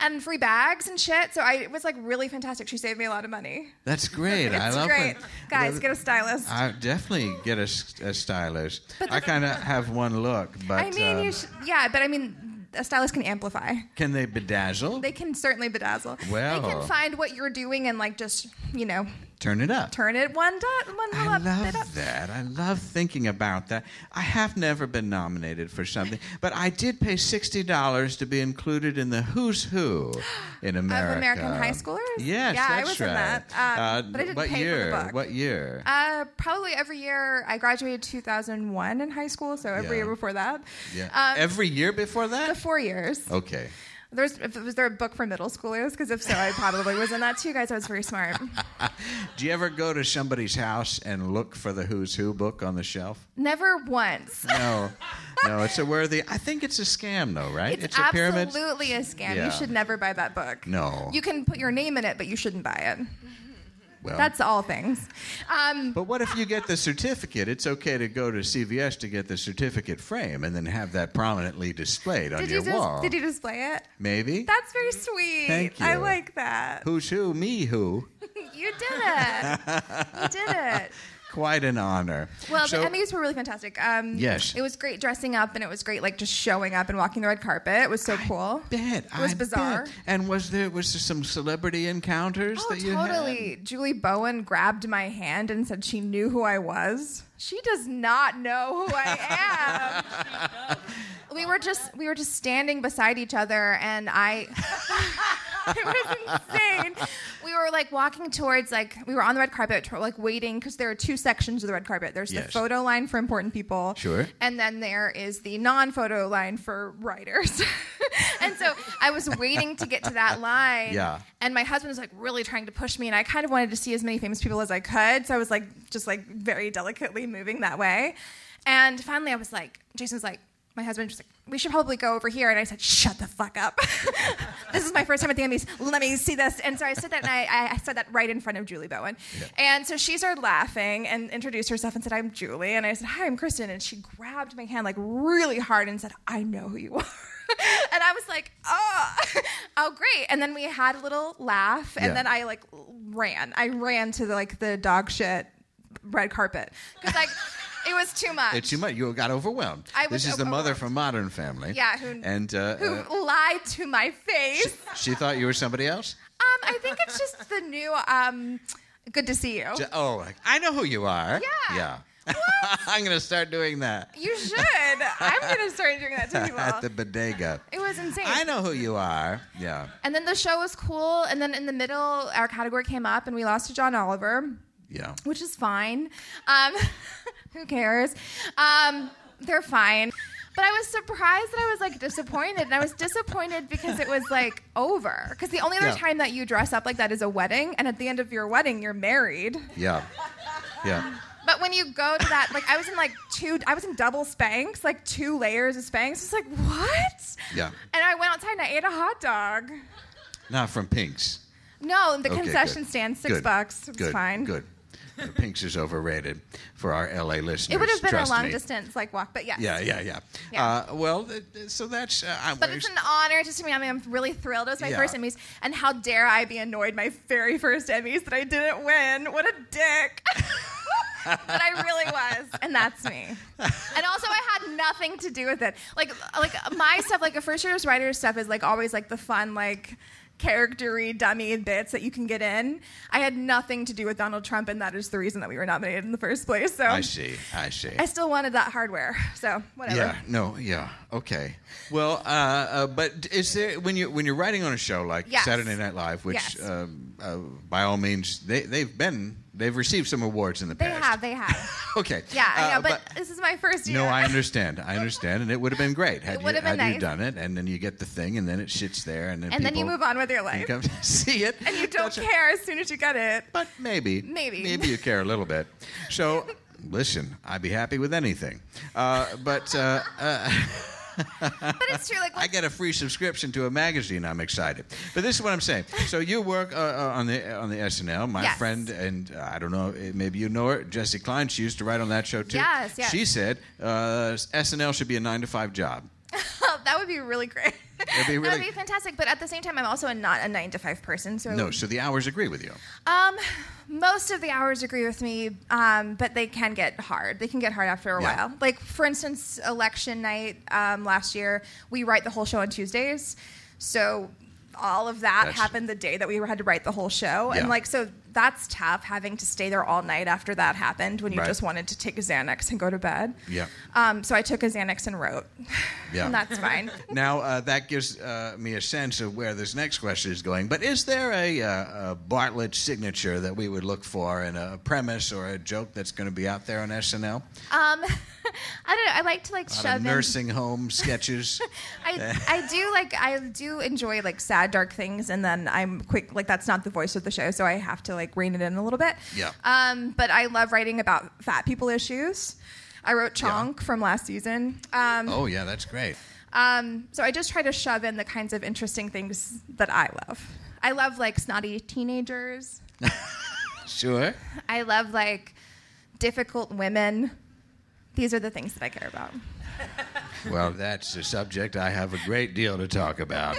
S6: And free bags and shit. So I, it was like really fantastic. She saved me a lot of money.
S3: That's great. I
S6: It's
S3: love it.
S6: great. Guys, get a stylist.
S3: I definitely get a, s- a stylist. I kind of have one look, but
S6: I mean,
S3: um,
S6: you sh- yeah, but I mean, a stylist can amplify.
S3: can they bedazzle?
S6: They can certainly bedazzle. they
S3: Well.
S6: can find what you're doing and like just you know
S3: Turn it up.
S6: turn it one dot one little
S3: I
S6: up, bit up.
S3: love that. I love thinking about that. I have never been nominated for something, but I did pay sixty dollars to be included in the Who's Who in America.
S6: American high schoolers?
S3: Yes,
S6: Yeah, I
S3: that's
S6: was
S3: right.
S6: in that. Um,
S3: Uh,
S6: but I didn't
S3: what
S6: pay for the
S3: year?
S6: book.
S3: What year?
S6: Uh, probably every year. I graduated 2001 in high school, so every
S3: Yeah.
S6: year before that.
S3: yeah.
S6: Um,
S3: Every year before
S6: the
S3: that.
S6: four years.
S3: okay.
S6: There's if- was there a book for middle schoolers? Because if so, I probably was in that too, guys. I was very smart.
S3: Do you ever go to somebody's house and look for the Who's Who book on the shelf?
S6: Never once.
S3: No, no, it's a worthy. I think it's a scam, though, right?
S6: It's,
S3: a pyramid.
S6: absolutely a scam.
S3: Yeah.
S6: You should never buy that book.
S3: No. Oh.
S6: You can put your name in it, but you shouldn't buy it.
S3: Well,
S6: That's all things. Um,
S3: But what if you get the certificate? It's okay to go to CVS to get the certificate frame and then have that prominently displayed on
S6: did
S3: your
S6: you dis-
S3: wall.
S6: did you display it?
S3: Maybe.
S6: That's very sweet.
S3: Thank
S6: I
S3: you.
S6: like that.
S3: Who's who? Me who?
S6: You did it. you did it.
S3: Quite an honor.
S6: Well,
S3: So-
S6: the Emmys were really fantastic. Um,
S3: Yes.
S6: It was great dressing up, and it was great like just showing up and walking the red carpet. It was so cool.
S3: Bet,
S6: It was
S3: I
S6: bizarre.
S3: bet. And was there was there some celebrity encounters
S6: Oh,
S3: that you
S6: totally.
S3: had?
S6: Julie Bowen grabbed my hand and said she knew who I was. She does not know who I am. we were just we were just standing beside each other and I it was insane. We were like walking towards like we were on the red carpet to- like waiting cuz there are two sections of the red carpet. There's
S3: Yes.
S6: the photo line for important people.
S3: Sure.
S6: And then there is the non-photo line for writers. and so I was waiting to get to that line
S3: Yeah.
S6: and my husband was like really trying to push me, and I kind of wanted to see as many famous people as I could. So I was like, just like very delicately moving that way. And finally, I was like, Jason was like, my husband was like, we should probably go over here. And I said, shut the fuck up. this is my first time at the Emmys. Let me see this. And so I said that, and I, I said that right in front of Julie Bowen. And so she started laughing and introduced herself and said, I'm Julie. And I said, hi, I'm Kristen. And she grabbed my hand like really hard and said, I know who you are. and I was like, oh, oh, great. And then we had a little laugh, and
S3: Yeah.
S6: then I like ran. I ran to the, like the dog shit red carpet because like it was too much.
S3: It's too much. You got overwhelmed.
S6: I was
S3: this is the mother
S6: overwhelmed.
S3: from Modern Family.
S6: Yeah, who-
S3: and uh,
S6: Who
S3: uh,
S6: lied to my face?
S3: she thought you were somebody else.
S6: Um, I think it's just the new um, good to see you.
S3: J- Oh, I know who you are.
S6: Yeah.
S3: Yeah. I'm going to start doing that.
S6: You should. I'm gonna start doing that to
S3: at the
S6: people.
S3: bodega.
S6: It was insane.
S3: I know who you are. Yeah.
S6: And then the show was cool. And then in the middle, our category came up, and we lost to John Oliver.
S3: Yeah.
S6: which is fine. Um, who cares? Um, they're fine. But I was surprised that I was like disappointed, and I was disappointed because it was like over. Because the only other
S3: Yeah.
S6: time that you dress up like that is a wedding, and at the end of your wedding, you're married.
S3: Yeah. Yeah.
S6: But when you go to that, like I was in like two, I was in double Spanx, like two layers of Spanx. It's like what?
S3: Yeah.
S6: And I went outside and I ate a hot dog.
S3: Not from Pink's.
S6: No, the
S3: Okay, good.
S6: concession stand, six
S3: Good.
S6: bucks. It's
S3: good.
S6: fine.
S3: Good. The Pink's is overrated for our LA listeners.
S6: It would have been a
S3: Trust
S6: long
S3: me.
S6: distance like walk, but yes.
S3: Yeah, yeah, yeah.
S6: Yeah.
S3: Uh, well, th- th- so that's. Uh, I'm
S6: But it's an honor just to me. I mean, I'm really thrilled. It was my
S3: Yeah.
S6: first Emmys, and how dare I be annoyed my very first Emmys that I didn't win? What a dick! but I really was, and that's me. And also, I had nothing to do with it. Like, like my stuff, like a first year's writer stuff, is like always like the fun, like charactery dummy bits that you can get in. I had nothing to do with Donald Trump, and that is the reason that we were nominated in the first place. So
S3: I see. I see.
S6: I still wanted that hardware. So whatever.
S3: Yeah. No. Yeah. Okay. Well, uh, uh, but is there when you when you're writing on a show like
S6: Yes.
S3: Saturday Night Live, which
S6: Yes.
S3: um, uh, by all means they they've been they've received some awards in the
S6: They
S3: past.
S6: have, they have.
S3: Okay.
S6: Yeah, I
S3: Uh,
S6: know, but, this is my first year.
S3: No, I understand. I understand, and it would have been great had, you,
S6: would
S3: had
S6: have been
S3: you
S6: nice.
S3: done it. And then you get the thing, and then it sits there, and then
S6: And then you
S3: people-
S6: move on with your
S3: and
S6: life.
S3: come to see it,
S6: And you don't
S3: That's right.
S6: care as soon as you get it.
S3: But maybe,
S6: Maybe.
S3: maybe you care a little bit. So, listen, I'd be happy with anything. Uh, but uh,
S6: But it's true. Like,
S3: I get a free subscription to a magazine. I'm excited. But this is what I'm saying. So you work uh, uh, on the on the SNL. My
S6: Yes.
S3: friend and uh, I don't know, eh, maybe you know her, Jessie Klein. She used to write on that show too.
S6: Yes, yes.
S3: She said uh, SNL should be a nine to five job.
S6: that would be really great.
S3: It'd be
S6: that
S3: really-
S6: would be fantastic. But at the same time, I'm also a, not a nine to five person. So,
S3: No, Oh, so the hours agree with you.
S6: um, most of the hours agree with me, um, but they can get hard. They can get hard after a
S3: Yeah.
S6: while. Like, for instance, election night um, last year, we write the whole show on Tuesdays. So, all of that
S3: That's-
S6: happened the day that we had to write the whole show.
S3: Yeah.
S6: And, like, so that's tough having to stay there all night after that happened when you
S3: Right.
S6: just wanted to take a Xanax and go to bed.
S3: Yeah.
S6: Um, so I took a Xanax and wrote.
S3: Yeah.
S6: And that's fine.
S3: Now uh, that gives uh, me a sense of where this next question is going. But is there a, uh, a Bartlett signature that we would look for in a premise or a joke that's going to be out there on SNL?
S6: Um, I don't know. I like to like
S3: A lot
S6: shove
S3: of nursing home sketches.
S6: in. I I do like I do enjoy like sad dark things, and then I'm quick like that's not the voice of the show, so I have to like rein it in a little bit.
S3: Yeah.
S6: Um, but I love writing about fat people issues. I wrote Chonk from last season. Um,
S3: oh yeah, that's great.
S6: um, so I just try to shove in the kinds of interesting things that I love. I love like snotty teenagers.
S3: Sure.
S6: I love like difficult women. These are the things that I care about.
S3: Well, that's a subject I have a great deal to talk about,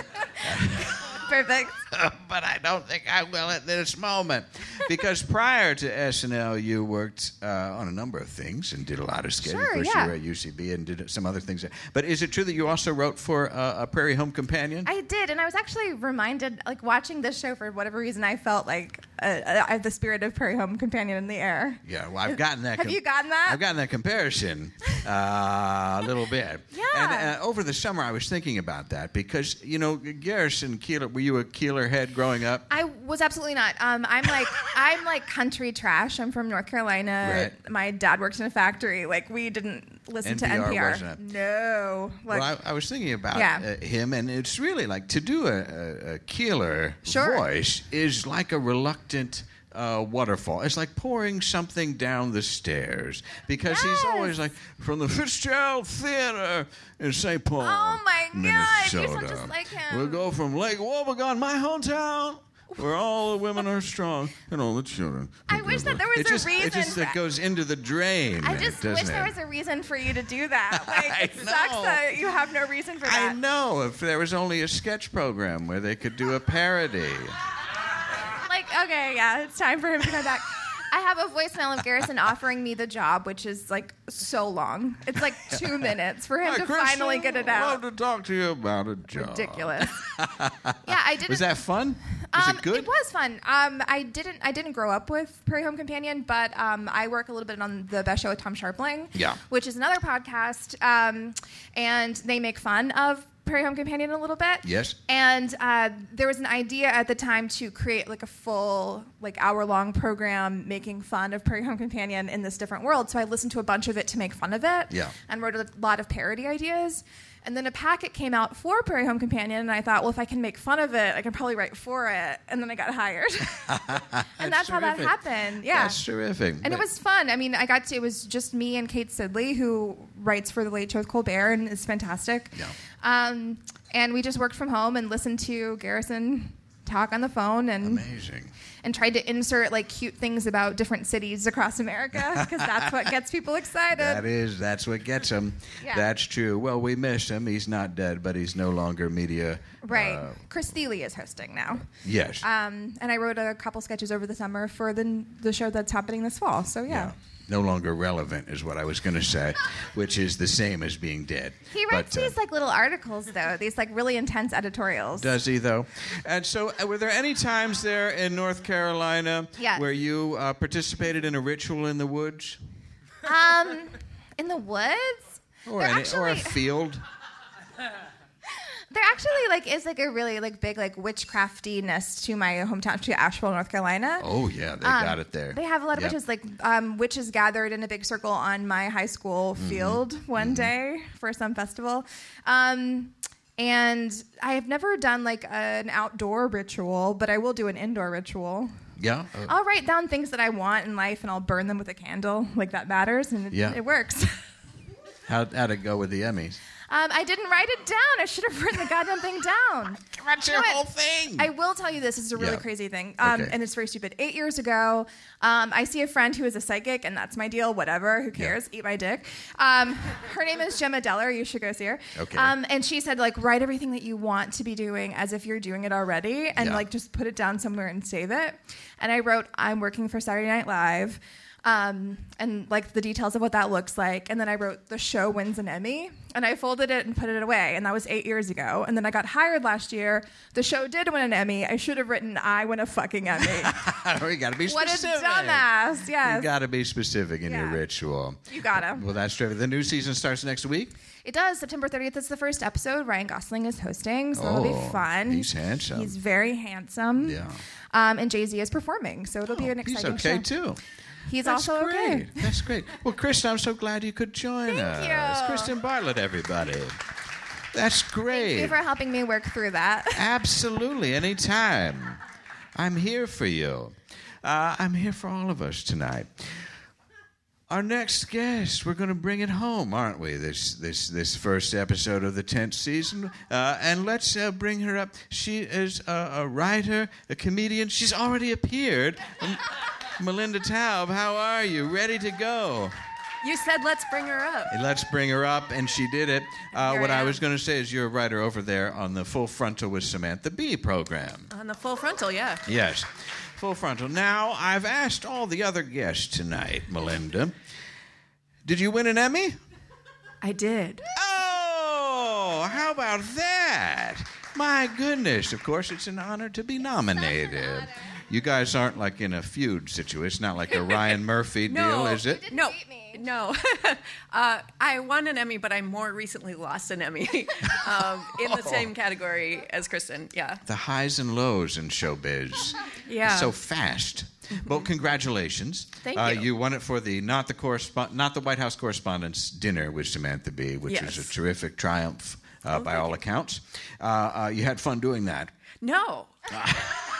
S6: Perfect.
S3: but I don't think I will at this moment. Because prior to SNL, you worked uh, on a number of things and did a lot of skating.
S6: Sure,
S3: First,
S6: yeah.
S3: you were at UCB and did some other things. But is it true that you also wrote for uh, a Prairie Home Companion?
S6: I did, and I was actually reminded, like watching this show for whatever reason, I felt like uh, uh, I have the spirit of Prairie Home Companion in the air.
S3: yeah, well, I've gotten that.
S6: Have you gotten that?
S3: I've gotten that comparison uh, a little bit.
S6: Yeah.
S3: And uh, over the summer, I was thinking about that because you know, Garrison Keeler. Were you a Keeler head growing up?
S6: I was absolutely not. Um, I'm like I'm like country trash. I'm from North Carolina.
S3: Right.
S6: My dad works in a factory. Like we didn't listen to
S3: NPR
S6: NPR.
S3: wasn't a-
S6: No. Like,
S3: well, I, I was thinking about
S6: Yeah.
S3: uh, him, and it's really like to do a, a, a Keeler
S6: Sure.
S3: voice is like a reluctant. Uh, waterfall. It's like pouring something down the stairs because he's
S6: Yes.
S3: always like from the Fitzgerald Theater in St. Paul.
S6: Oh my God, you
S3: Minnesota.
S6: sound just like him.
S3: We'll go from Lake Wobegon, my hometown, where all the women are strong and all the children.
S6: I wish that there was
S3: it
S6: a
S3: just,
S6: reason
S3: It just
S6: for-
S3: it goes into the drain.
S6: I just
S3: doesn't
S6: wish there
S3: it?
S6: was a reason for you to do that.
S3: I
S6: Like it sucks
S3: know.
S6: that you have no reason for that.
S3: I know. If there was only a sketch program where they could do a parody.
S6: like, okay, yeah, it's time for him to come back. I have a voicemail of Garrison offering me the job, which is like so long. It's like two minutes for him
S1: Hi,
S6: to
S1: Kristen.
S6: finally get it
S1: Love
S6: out.
S1: to talk to you about a job.
S6: Ridiculous. yeah, I didn't.
S3: Was that fun? Was
S6: um,
S3: it good?
S6: was fun. Um, I didn't. I didn't grow up with Prairie Home Companion, but um, I work a little bit on the Best Show with Tom Sharpling.
S3: Yeah.
S6: which is another podcast, um, and they make fun of Prairie Home Companion a little bit.
S3: Yes.
S6: And uh, there was an idea at the time to create like a full, like hour-long program making fun of Prairie Home Companion in this different world. So I listened to a bunch of it to make fun of it.
S3: Yeah.
S6: And wrote a lot of parody ideas. And then a packet came out for Prairie Home Companion, and I thought, well, if I can make fun of it, I can probably write for it. And then I got hired, and that's how that
S3: terrific.
S6: happened. Yeah.
S3: That's terrific.
S6: And it was fun. I mean, I got to, it was just me and Kate Sidley, who writes for The Late Show with Colbert and is fantastic.
S3: Yeah.
S6: Um, and we just worked from home and listened to Garrison talk on the phone and,
S3: amazing.
S6: and tried to insert like cute things about different cities across America because that's what gets people excited.
S3: That is, that's what gets him.
S6: Yeah.
S3: That's true. Well, we missed him. He's not dead, but he's no longer media.
S6: right.
S3: uh,
S6: Chris Thiele is hosting now.
S3: yes.
S6: Um, and I wrote a couple sketches over the summer for the, the show that's happening this fall. So, yeah.
S3: No longer relevant is what I was going to say, which is the same as being dead.
S6: He writes
S3: But, uh,
S6: these like little articles though, these like really intense editorials.
S3: Does he though? And so, uh, were there any times there in North Carolina
S6: Yes.
S3: where you uh, participated in a ritual in the woods,
S6: Um, in the woods.
S3: or
S6: there
S3: any-
S6: actually,
S3: or a field?
S6: there actually like is like a really like big like witchcraftiness to my hometown, to Asheville, North Carolina.
S3: Oh yeah, they
S6: Um,
S3: got it there.
S6: They have a lot of
S3: Yep.
S6: witches. Like um, witches gathered in a big circle on my high school
S3: Mm-hmm.
S6: field one day for some festival. Um, and I have never done like an outdoor ritual, but I will do an indoor ritual.
S3: Yeah. Uh,
S6: I'll write down things that I want in life, and I'll burn them with a candle. Like that matters, and it,
S3: Yeah.
S6: it works.
S3: how how'd it go with the Emmys?
S6: Um, I didn't write it down. I should have written the goddamn thing down.
S3: That's
S6: your
S3: your
S6: know what?
S3: whole
S6: whole
S3: thing.
S6: I will tell you this. This is a really
S3: Yeah.
S6: crazy thing, um,
S3: Okay.
S6: and it's very stupid. Eight years ago, um, I see a friend who is a psychic, and that's my deal. Whatever, who cares? Eat my dick. Um, her name is Gemma Deller. You should go see her.
S3: Okay.
S6: Um, and she said, like, write everything that you want to be doing as if you're doing it already, and
S3: Yeah.
S6: like just put it down somewhere and save it. And I wrote, I'm working for Saturday Night Live. Um, and like the details of what that looks like. And then I wrote the show wins an Emmy and I folded it and put it away. And that was eight years ago. And then I got hired last year. The show did win an Emmy. I should have written I win a fucking Emmy.
S3: we got to be
S6: what a
S3: specific.
S6: dumbass.
S3: You
S6: Yes.
S3: got to be specific in your
S6: Yeah.
S3: ritual.
S6: You gotta.
S3: Well, that's terrific. The new season starts next week.
S6: It does. September 30th is the first episode. Ryan Gosling is hosting, so it'll
S3: Oh,
S6: be fun.
S3: he's handsome.
S6: He's very handsome.
S3: Yeah. Oh,
S6: Um, and Jay Z is performing, so it'll be an
S3: He's
S6: exciting
S3: okay
S6: show.
S3: too.
S6: He's
S3: That's
S6: also
S3: great.
S6: okay.
S3: That's great. Well, Kristen, I'm so glad you could join us.
S6: Thank you.
S3: Kristen Bartlett, everybody. That's
S6: Thank you
S3: great.
S6: for helping me work through that.
S3: Absolutely, anytime. I'm here for you. Uh, I'm here for all of us tonight. Our next guest, we're going to bring it home, aren't we? This this this first episode of the tenth season, uh, and let's uh, bring her up. She is a, a writer, a comedian. She's already appeared. M- Melinda Taub, how are you? Ready to go?
S7: You said let's bring her up.
S3: Let's bring her up, and she did it. Uh,
S7: Here
S3: what
S7: I
S3: I
S7: am.
S3: was going to say is, you're a writer over there on the Full Frontal with Samantha Bee program.
S7: On the full frontal, yeah.
S3: Yes, Full Frontal. Now, I've asked all the other guests tonight, Melinda. Did you win an Emmy?
S7: I did.
S3: Oh, how about that? My goodness, of course, it's an honor to be nominated. You guys aren't like in a feud situation. It's not like a Ryan Murphy deal, is it?
S7: No.
S6: beat me.
S7: No. uh, I won an Emmy, but I more recently lost an Emmy um, in
S3: Oh.
S7: the same category as Kristen. Yeah.
S3: the highs and lows in showbiz.
S7: Yeah.
S3: So fast. Well, congratulations.
S7: Mm-hmm. Thank
S3: Uh,
S7: you.
S3: you won it for the not the correspond not the White House Correspondents' Dinner with Samantha Bee, which
S7: Yes.
S3: was a terrific triumph
S7: Oh,
S3: uh, by all accounts. Uh, uh, you had fun doing that.
S7: No.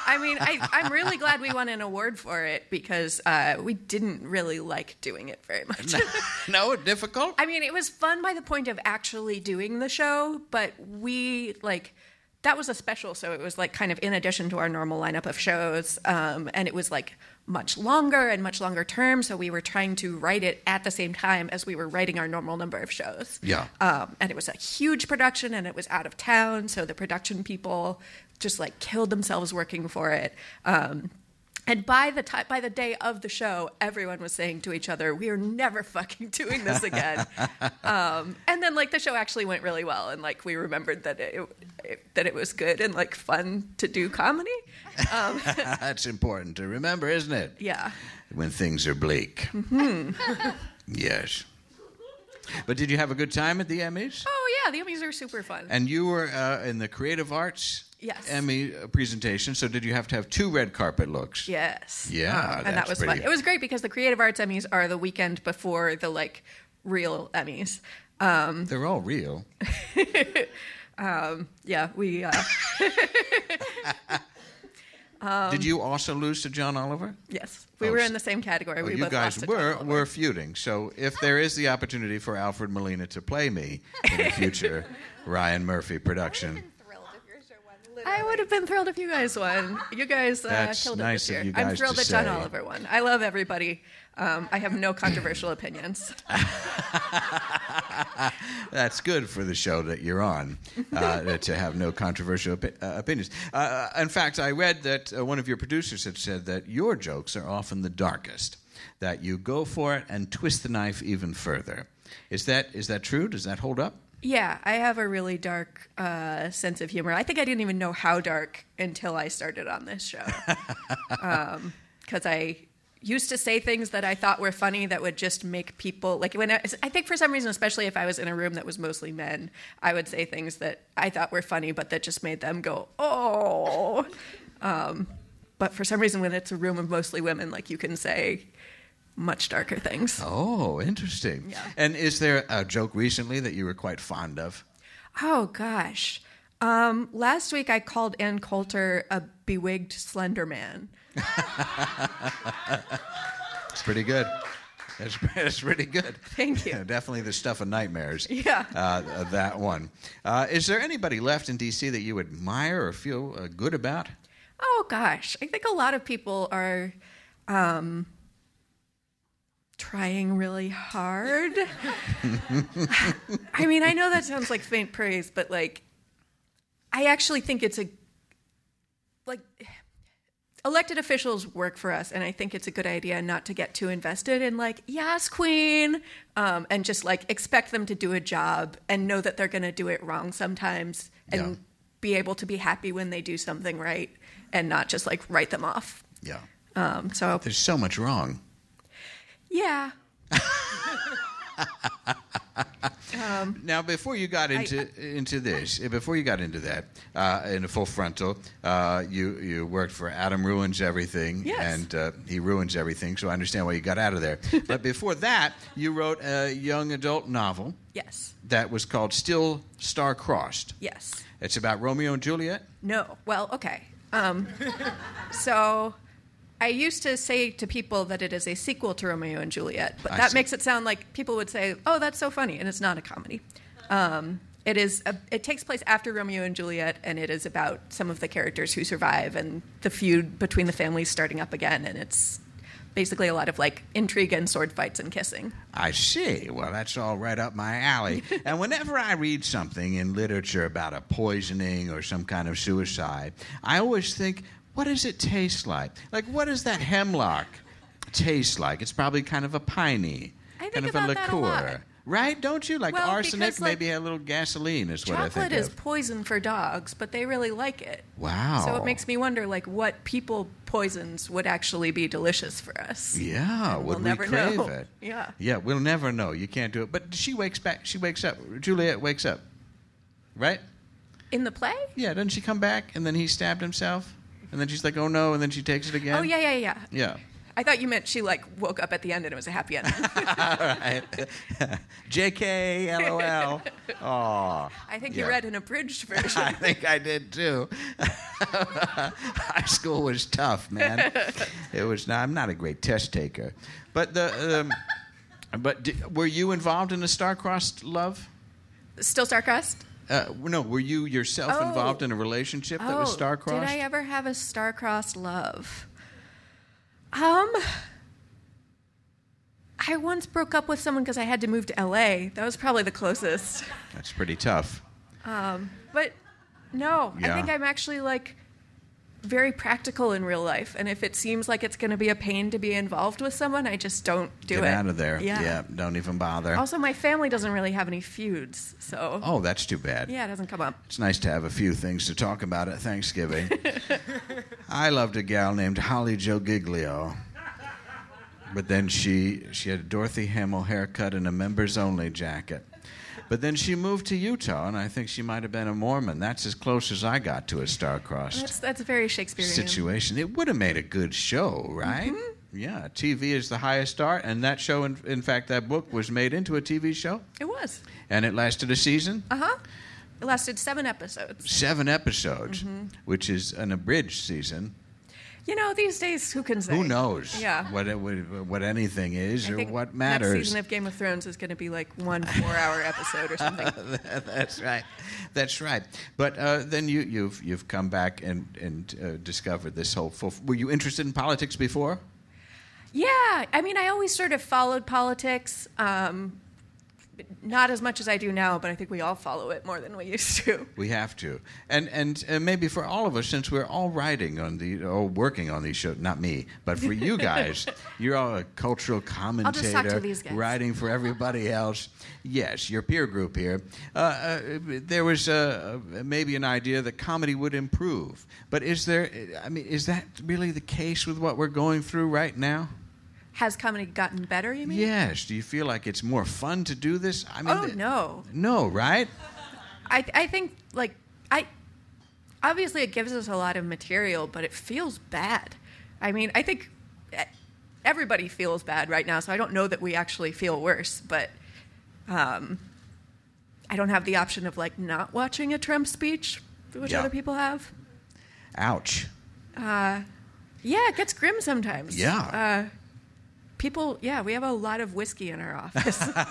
S7: I mean, I, I'm really glad we won an award for it because uh, we didn't really like doing it very much.
S3: no, difficult.
S7: I mean, it was fun by the point of actually doing the show, but we like that was a special, so it was like kind of in addition to our normal lineup of shows, um, and it was like much longer and much longer term. So we were trying to write it at the same time as we were writing our normal number of shows.
S3: Yeah.
S7: um, and it was a huge production, and it was out of town, so the production people just like killed themselves working for it. Um, And by the time, by the day of the show, everyone was saying to each other, "We are never fucking doing this again." um, and then, like, the show actually went really well, and like we remembered that it, it that it was good and like fun to do comedy.
S3: That's important to remember, isn't it?
S7: Yeah,
S3: When things are bleak.
S7: Mm-hmm.
S3: yes. But did you have a good time at the Emmys?
S7: Oh yeah, the Emmys are super fun.
S3: And you were uh, in the Creative Arts
S7: Yes.
S3: Emmy uh, presentation, so did you have to have two red carpet looks?
S7: yes.
S3: Yeah,
S7: Uh, and that
S3: that's
S7: was
S3: pretty-
S7: fun. It was great because the Creative Arts Emmys are the weekend before the like real Emmys.
S3: They're all real.
S7: Yeah, we. Uh,
S3: did you also lose to John Oliver?
S7: yes, Um, we
S3: Oh,
S7: were
S3: s-
S7: in the same category.
S3: Well,
S7: we
S3: you
S7: both
S3: guys
S7: lost to John
S3: were
S7: Oliver.
S3: were feuding. So if there is the opportunity for Alfred Molina to play me in a future Ryan Murphy production,
S6: thrilled if your show won.
S7: I would have been thrilled if you guys won. You guys uh,
S3: That's
S7: killed
S3: nice
S7: it this
S3: of
S7: year.
S3: you guys
S7: I'm thrilled
S3: to
S7: that John
S3: say.
S7: Oliver won. I love everybody. Um, I have no controversial opinions.
S3: that's good for the show that you're on uh, to have no controversial opi- uh, opinions. Uh, in fact, I read that uh, one of your producers had said that your jokes are often the darkest, that you go for it and twist the knife even further. Is that is that true? Does that hold up?
S7: Yeah, I have a really dark uh, sense of humor. I think I didn't even know how dark until I started on this show. Because I used to say things that I thought were funny that would just make people, like, when I, I think for some reason, especially if I was in a room that was mostly men, I would say things that I thought were funny, but that just made them go, oh. Um, but for some reason, when it's a room of mostly women, like, you can say much darker things.
S3: Oh, interesting.
S7: Yeah.
S3: And is there a joke recently that you were quite fond of?
S7: Oh gosh. Um, last week I called Ann Coulter a bewigged slender man.
S3: It's pretty good. That's, that's pretty good.
S7: Thank you.
S3: Yeah, definitely the stuff of nightmares.
S7: Yeah.
S3: Uh, that one. Uh, is there anybody left in D.C. that you admire or feel uh, good about?
S7: Oh gosh. I think a lot of people are um, trying really hard. I mean, I know that sounds like faint praise, but like I actually think it's a like elected officials work for us and i think it's a good idea not to get too invested in like yes queen um, and just like expect them to do a job and know that they're going to do it wrong sometimes and
S3: Yeah.
S7: be able to be happy when they do something right and not just like write them off
S3: Yeah.
S7: um, so
S3: There's so much wrong.
S7: yeah
S3: Now, before you got into into this, eh, before you got into that, uh, into full frontal, uh, you you worked for Adam ruins everything,
S7: Yes.
S3: and uh, he ruins everything. So I understand why you got out of there. but before that, you wrote a young adult novel
S7: yes
S3: that was called Still Star Crossed.
S7: yes
S3: It's about Romeo and Juliet.
S7: No. Well, okay. Um, so I used to say to people that it is a sequel to Romeo and Juliet, but
S3: I
S7: that
S3: see.
S7: makes it sound like people would say, "Oh, that's so funny," and it's not a comedy. Um, it is. A, it takes place after Romeo and Juliet, and it is about some of the characters who survive and the feud between the families starting up again. And it's basically a lot of like intrigue and sword fights and kissing.
S3: I see. Well, that's all right up my alley. and whenever I read something in literature about a poisoning or some kind of suicide, I always think, what does it taste like? Like, what does that hemlock taste like? It's probably kind of a piney,
S7: I think
S3: kind of a
S7: about that a
S3: liqueur.
S7: lot.
S3: Right? Don't you? Like
S7: Well,
S3: arsenic,
S7: because, like,
S3: maybe a little gasoline is what I think
S7: Chocolate is
S3: of.
S7: poison for dogs, but they really like it.
S3: Wow.
S7: So it makes me wonder, like, what people poisons would actually be delicious for us.
S3: Yeah, would
S7: we'll never
S3: we crave
S7: know.
S3: it?
S7: Yeah.
S3: yeah, we'll never know. You can't do it. But she wakes back. She wakes up. Juliet wakes up, right?
S7: In the play?
S3: Yeah, doesn't she come back and then he stabbed himself? And then she's like, oh no, and then she takes it again?
S7: Oh yeah, yeah, yeah.
S3: Yeah.
S7: I thought you meant she like woke up at the end and it was a happy ending.
S3: JK, LOL. Aw.
S7: I think
S3: Yeah.
S7: you read an abridged version.
S3: I think I did too. High school was tough, man. It was not, I'm not a great test taker. But the. Um, but di were you involved in a star-crossed love?
S7: Still Starcrossed?
S3: Uh, no, were you yourself
S7: Oh.
S3: involved in a relationship that was star-crossed?
S7: Did I ever have a star-crossed love? Um, I once broke up with someone because I had to move to LA. That was probably the closest.
S3: That's pretty tough.
S7: But no,
S3: Yeah.
S7: I think I'm actually like very practical in real life. And if it seems like it's going to be a pain to be involved with someone, I just don't do
S3: Get
S7: it.
S3: out of there.
S7: Yeah.
S3: Don't even bother.
S7: Also, my family doesn't really have any feuds, so
S3: oh, that's too bad.
S7: yeah, it doesn't come up.
S3: It's nice to have a few things to talk about at Thanksgiving. I loved a gal named Holly Joe Giglio. But then she she had a Dorothy Hamill haircut and a members only jacket. But then she moved to Utah, and I think she might have been a Mormon. That's as close as I got to a star-crossed
S7: That's that's very Shakespearean.
S3: situation. It would have made a good show, right?
S7: Mm-hmm.
S3: Yeah, TV is the highest art, and that show, in, in fact, that book was made into a TV show,
S7: It was.
S3: and it lasted a season.
S7: Uh huh. It lasted seven episodes.
S3: seven episodes,
S7: Mm-hmm.
S3: which is an abridged season.
S7: You know, these days, who can say?
S3: Who knows
S7: Yeah.
S3: what, it, what what anything is
S7: I
S3: or
S7: think
S3: what
S7: Next
S3: matters?
S7: season of Game of Thrones is going to be like one four-hour episode or something.
S3: That's right, that's right. But uh, then you, you've you've come back and and uh, discovered this whole. Full, were you interested in politics before?
S7: Yeah, I mean, I always sort of followed politics, um, not as much as I do now, but I think we all follow it more than we used to.
S3: We have to, and and uh, maybe for all of us, since we're all writing on the or working on these shows. Not me, but for you guys, you're all a cultural
S7: talk to
S3: commentator,
S7: these guys.
S3: writing for everybody else. Yes, your peer group here. Uh, uh, there was uh, maybe an idea that comedy would improve, but is there? I mean, is that really the case with what we're going through right now?
S7: Has comedy gotten better? You mean?
S3: Yes. Do you feel like it's more fun to do this? I mean,
S7: Oh,
S3: th-
S7: no.
S3: no, right?
S7: I I think like I obviously it gives us a lot of material, but it feels bad. I mean, I think eh, everybody feels bad right now, so I don't know that we actually feel worse, but um, I don't have the option of like not watching a Trump speech, which
S3: Yeah.
S7: other people have.
S3: Ouch.
S7: Yeah, it gets grim sometimes.
S3: Yeah.
S7: Uh, people, yeah, we have a lot of whiskey in our office.
S3: Well,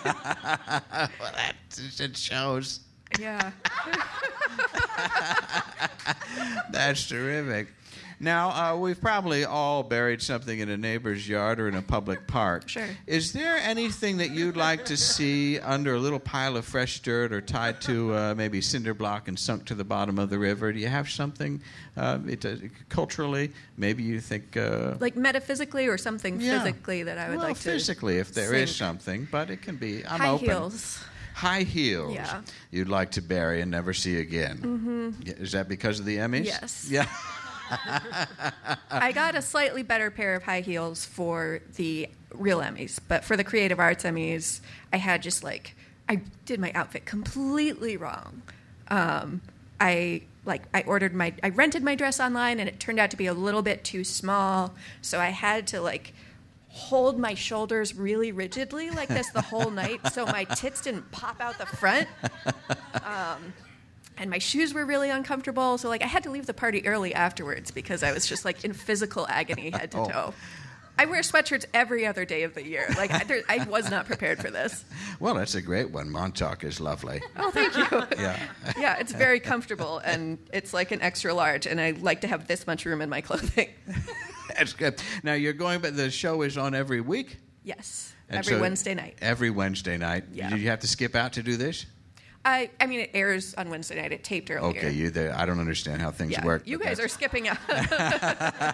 S7: Uh,
S3: that it shows.
S7: yeah.
S3: That's terrific. Now, uh, we've probably all buried something in a neighbor's yard or in a public park.
S7: Sure.
S3: Is there anything that you'd like to see under a little pile of fresh dirt or tied to uh, maybe cinder block and sunk to the bottom of the river? Do you have something uh, it, uh, culturally? Maybe you think. Uh,
S7: Like metaphysically or something
S3: yeah.
S7: physically that I would
S3: well,
S7: like to.
S3: physically, if there is
S7: sink.
S3: something, but it can be. I'm
S7: High
S3: open.
S7: heels.
S3: High heels.
S7: Yeah.
S3: You'd like to bury and never see again. Mm-hmm. Is that because of the Emmys?
S7: Yes.
S3: Yeah.
S7: I got a slightly better pair of high heels for the real Emmys, but for the creative arts Emmys, I had just like I did my outfit completely wrong. Um, I like I ordered my I rented my dress online and it turned out to be a little bit too small, so I had to like hold my shoulders really rigidly like this the whole night so my tits didn't pop out the front and my shoes were really uncomfortable. So like I had to leave the party early afterwards because I was just like in physical agony head to
S3: Oh.
S7: toe. I wear sweatshirts every other day of the year. Like I, there, I was not prepared for this.
S3: Well, that's a great one. Montauk is lovely.
S7: Oh, thank you.
S3: Yeah.
S7: Yeah, it's very comfortable and it's like an extra large, and I like to have this much room in my clothing.
S3: That's good. Now you're going, but the show is on every week.
S7: Yes,
S3: And
S7: every
S3: so-
S7: Wednesday night.
S3: Every Wednesday night.
S7: Yeah.
S3: Did you have to skip out to do this?
S7: I, I mean, it airs on Wednesday night. It taped earlier.
S3: Okay, you there. I don't understand how things
S7: yeah,
S3: work.
S7: you
S3: but
S7: guys are
S3: that's-
S7: skipping out.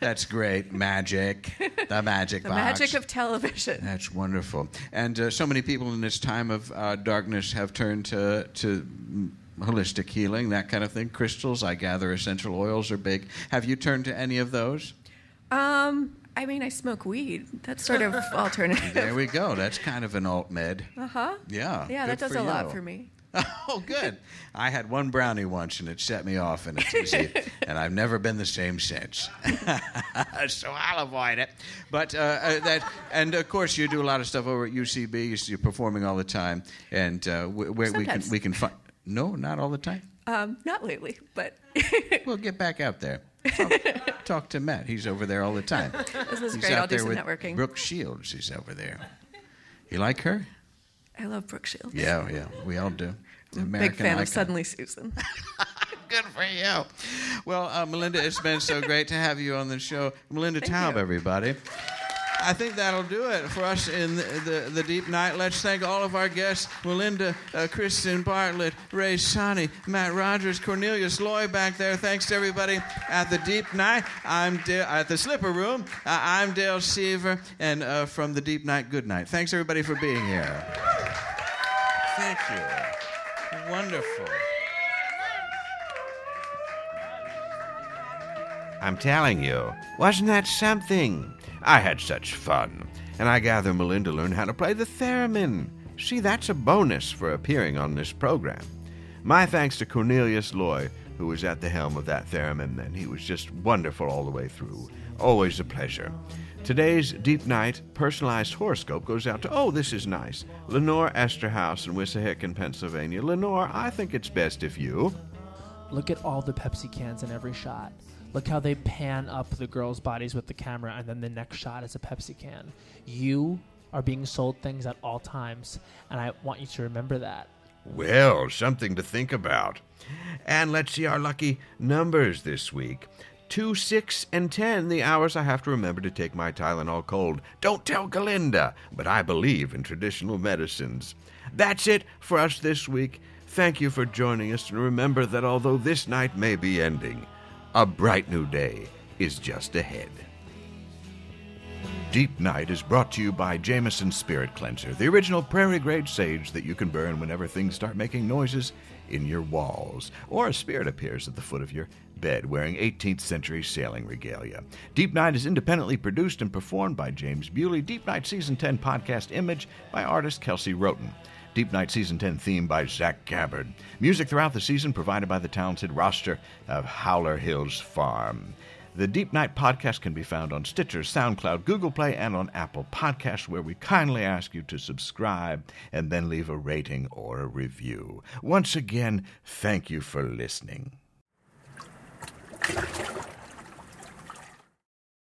S3: That's great. Magic. The magic
S7: the
S3: box.
S7: magic of television.
S3: That's wonderful. And uh, so many people in this time of uh, darkness have turned to to mm, holistic healing, that kind of thing. Crystals, I gather, essential oils are big. Have you turned to any of those?
S7: Um, I mean, I smoke weed. That's sort of alternative.
S3: There we go. That's kind of an alt med.
S7: Uh huh.
S3: Yeah.
S7: Yeah,
S3: good
S7: that does
S3: for
S7: a lot
S3: you.
S7: for me.
S3: Oh, good. I had one brownie once and it set me off in a tizzy, and I've never been the same since. so I'll avoid it. But uh, uh, that, and of course, you do a lot of stuff over at UCB. You s- You're performing all the time, and uh, wh- where we can
S7: Sometimes.
S3: we can find. No, not all the time.
S7: Um, not lately, but
S3: Well, get back out there. Talk, talk to Matt. He's over there all the time.
S7: this is
S3: He's
S7: great.
S3: out
S7: I'll do
S3: there
S7: some
S3: with
S7: networking.
S3: Brooke Shields. He's over there. You like her?
S7: I love Brooke Shields.
S3: Yeah, yeah. We all do.
S7: Big fan
S3: icon.
S7: of Suddenly Susan.
S3: Good for you. Well, uh, Melinda, it's been so great to have you on the show. Melinda Taub,
S7: you.
S3: everybody.
S1: I think that'll do it for us in the, the, the deep night. Let's thank all of our guests Melinda, uh, Kristen Bartlett, Ray Sonny, Matt Rogers, Cornelius Loy back there. Thanks to everybody at the deep night. I'm Dale, at the slipper room. Uh, I'm Dale Seaver, and uh, from the deep night, good night. Thanks everybody for being here. Thank you. Wonderful. I'm telling you, wasn't that something? I had such fun. And I gather Melinda learned how to play the theremin. See, that's a bonus for appearing on this program. My thanks to Cornelius Loy, who was at the helm of that theremin, and he was just wonderful all the way through. Always a pleasure. Today's Deep Night personalized horoscope goes out to, oh, this is nice, Lenore Esterhaus in Wissahickon, Pennsylvania. Lenore, I think it's best if you.
S4: Look at all the Pepsi cans in every shot. Look how they pan up the girls' bodies with the camera, and then the next shot is a Pepsi can. You are being sold things at all times, and I want you to remember that.
S1: Well, something to think about. And let's see our lucky numbers this week. 2, 6, and 10, the hours I have to remember to take my Tylenol cold. Don't tell Galinda, but I believe in traditional medicines. That's it for us this week. Thank you for joining us, and remember that although this night may be ending, a bright new day is just ahead. Deep Night is brought to you by Jameson Spirit Cleanser, the original prairie grade sage that you can burn whenever things start making noises in your walls, or a spirit appears at the foot of your bed wearing 18th century sailing regalia. Deep Night is independently produced and performed by James Bewley. Deep Night Season 10 podcast image by artist Kelsey Roten. Deep Night Season 10 theme by Zach Gabbard. Music throughout the season provided by the talented roster of Howler Hills Farm. The Deep Night podcast can be found on Stitcher, SoundCloud, Google Play, and on Apple Podcasts, where we kindly ask you to subscribe and then leave a rating or a review. Once again, thank you for listening.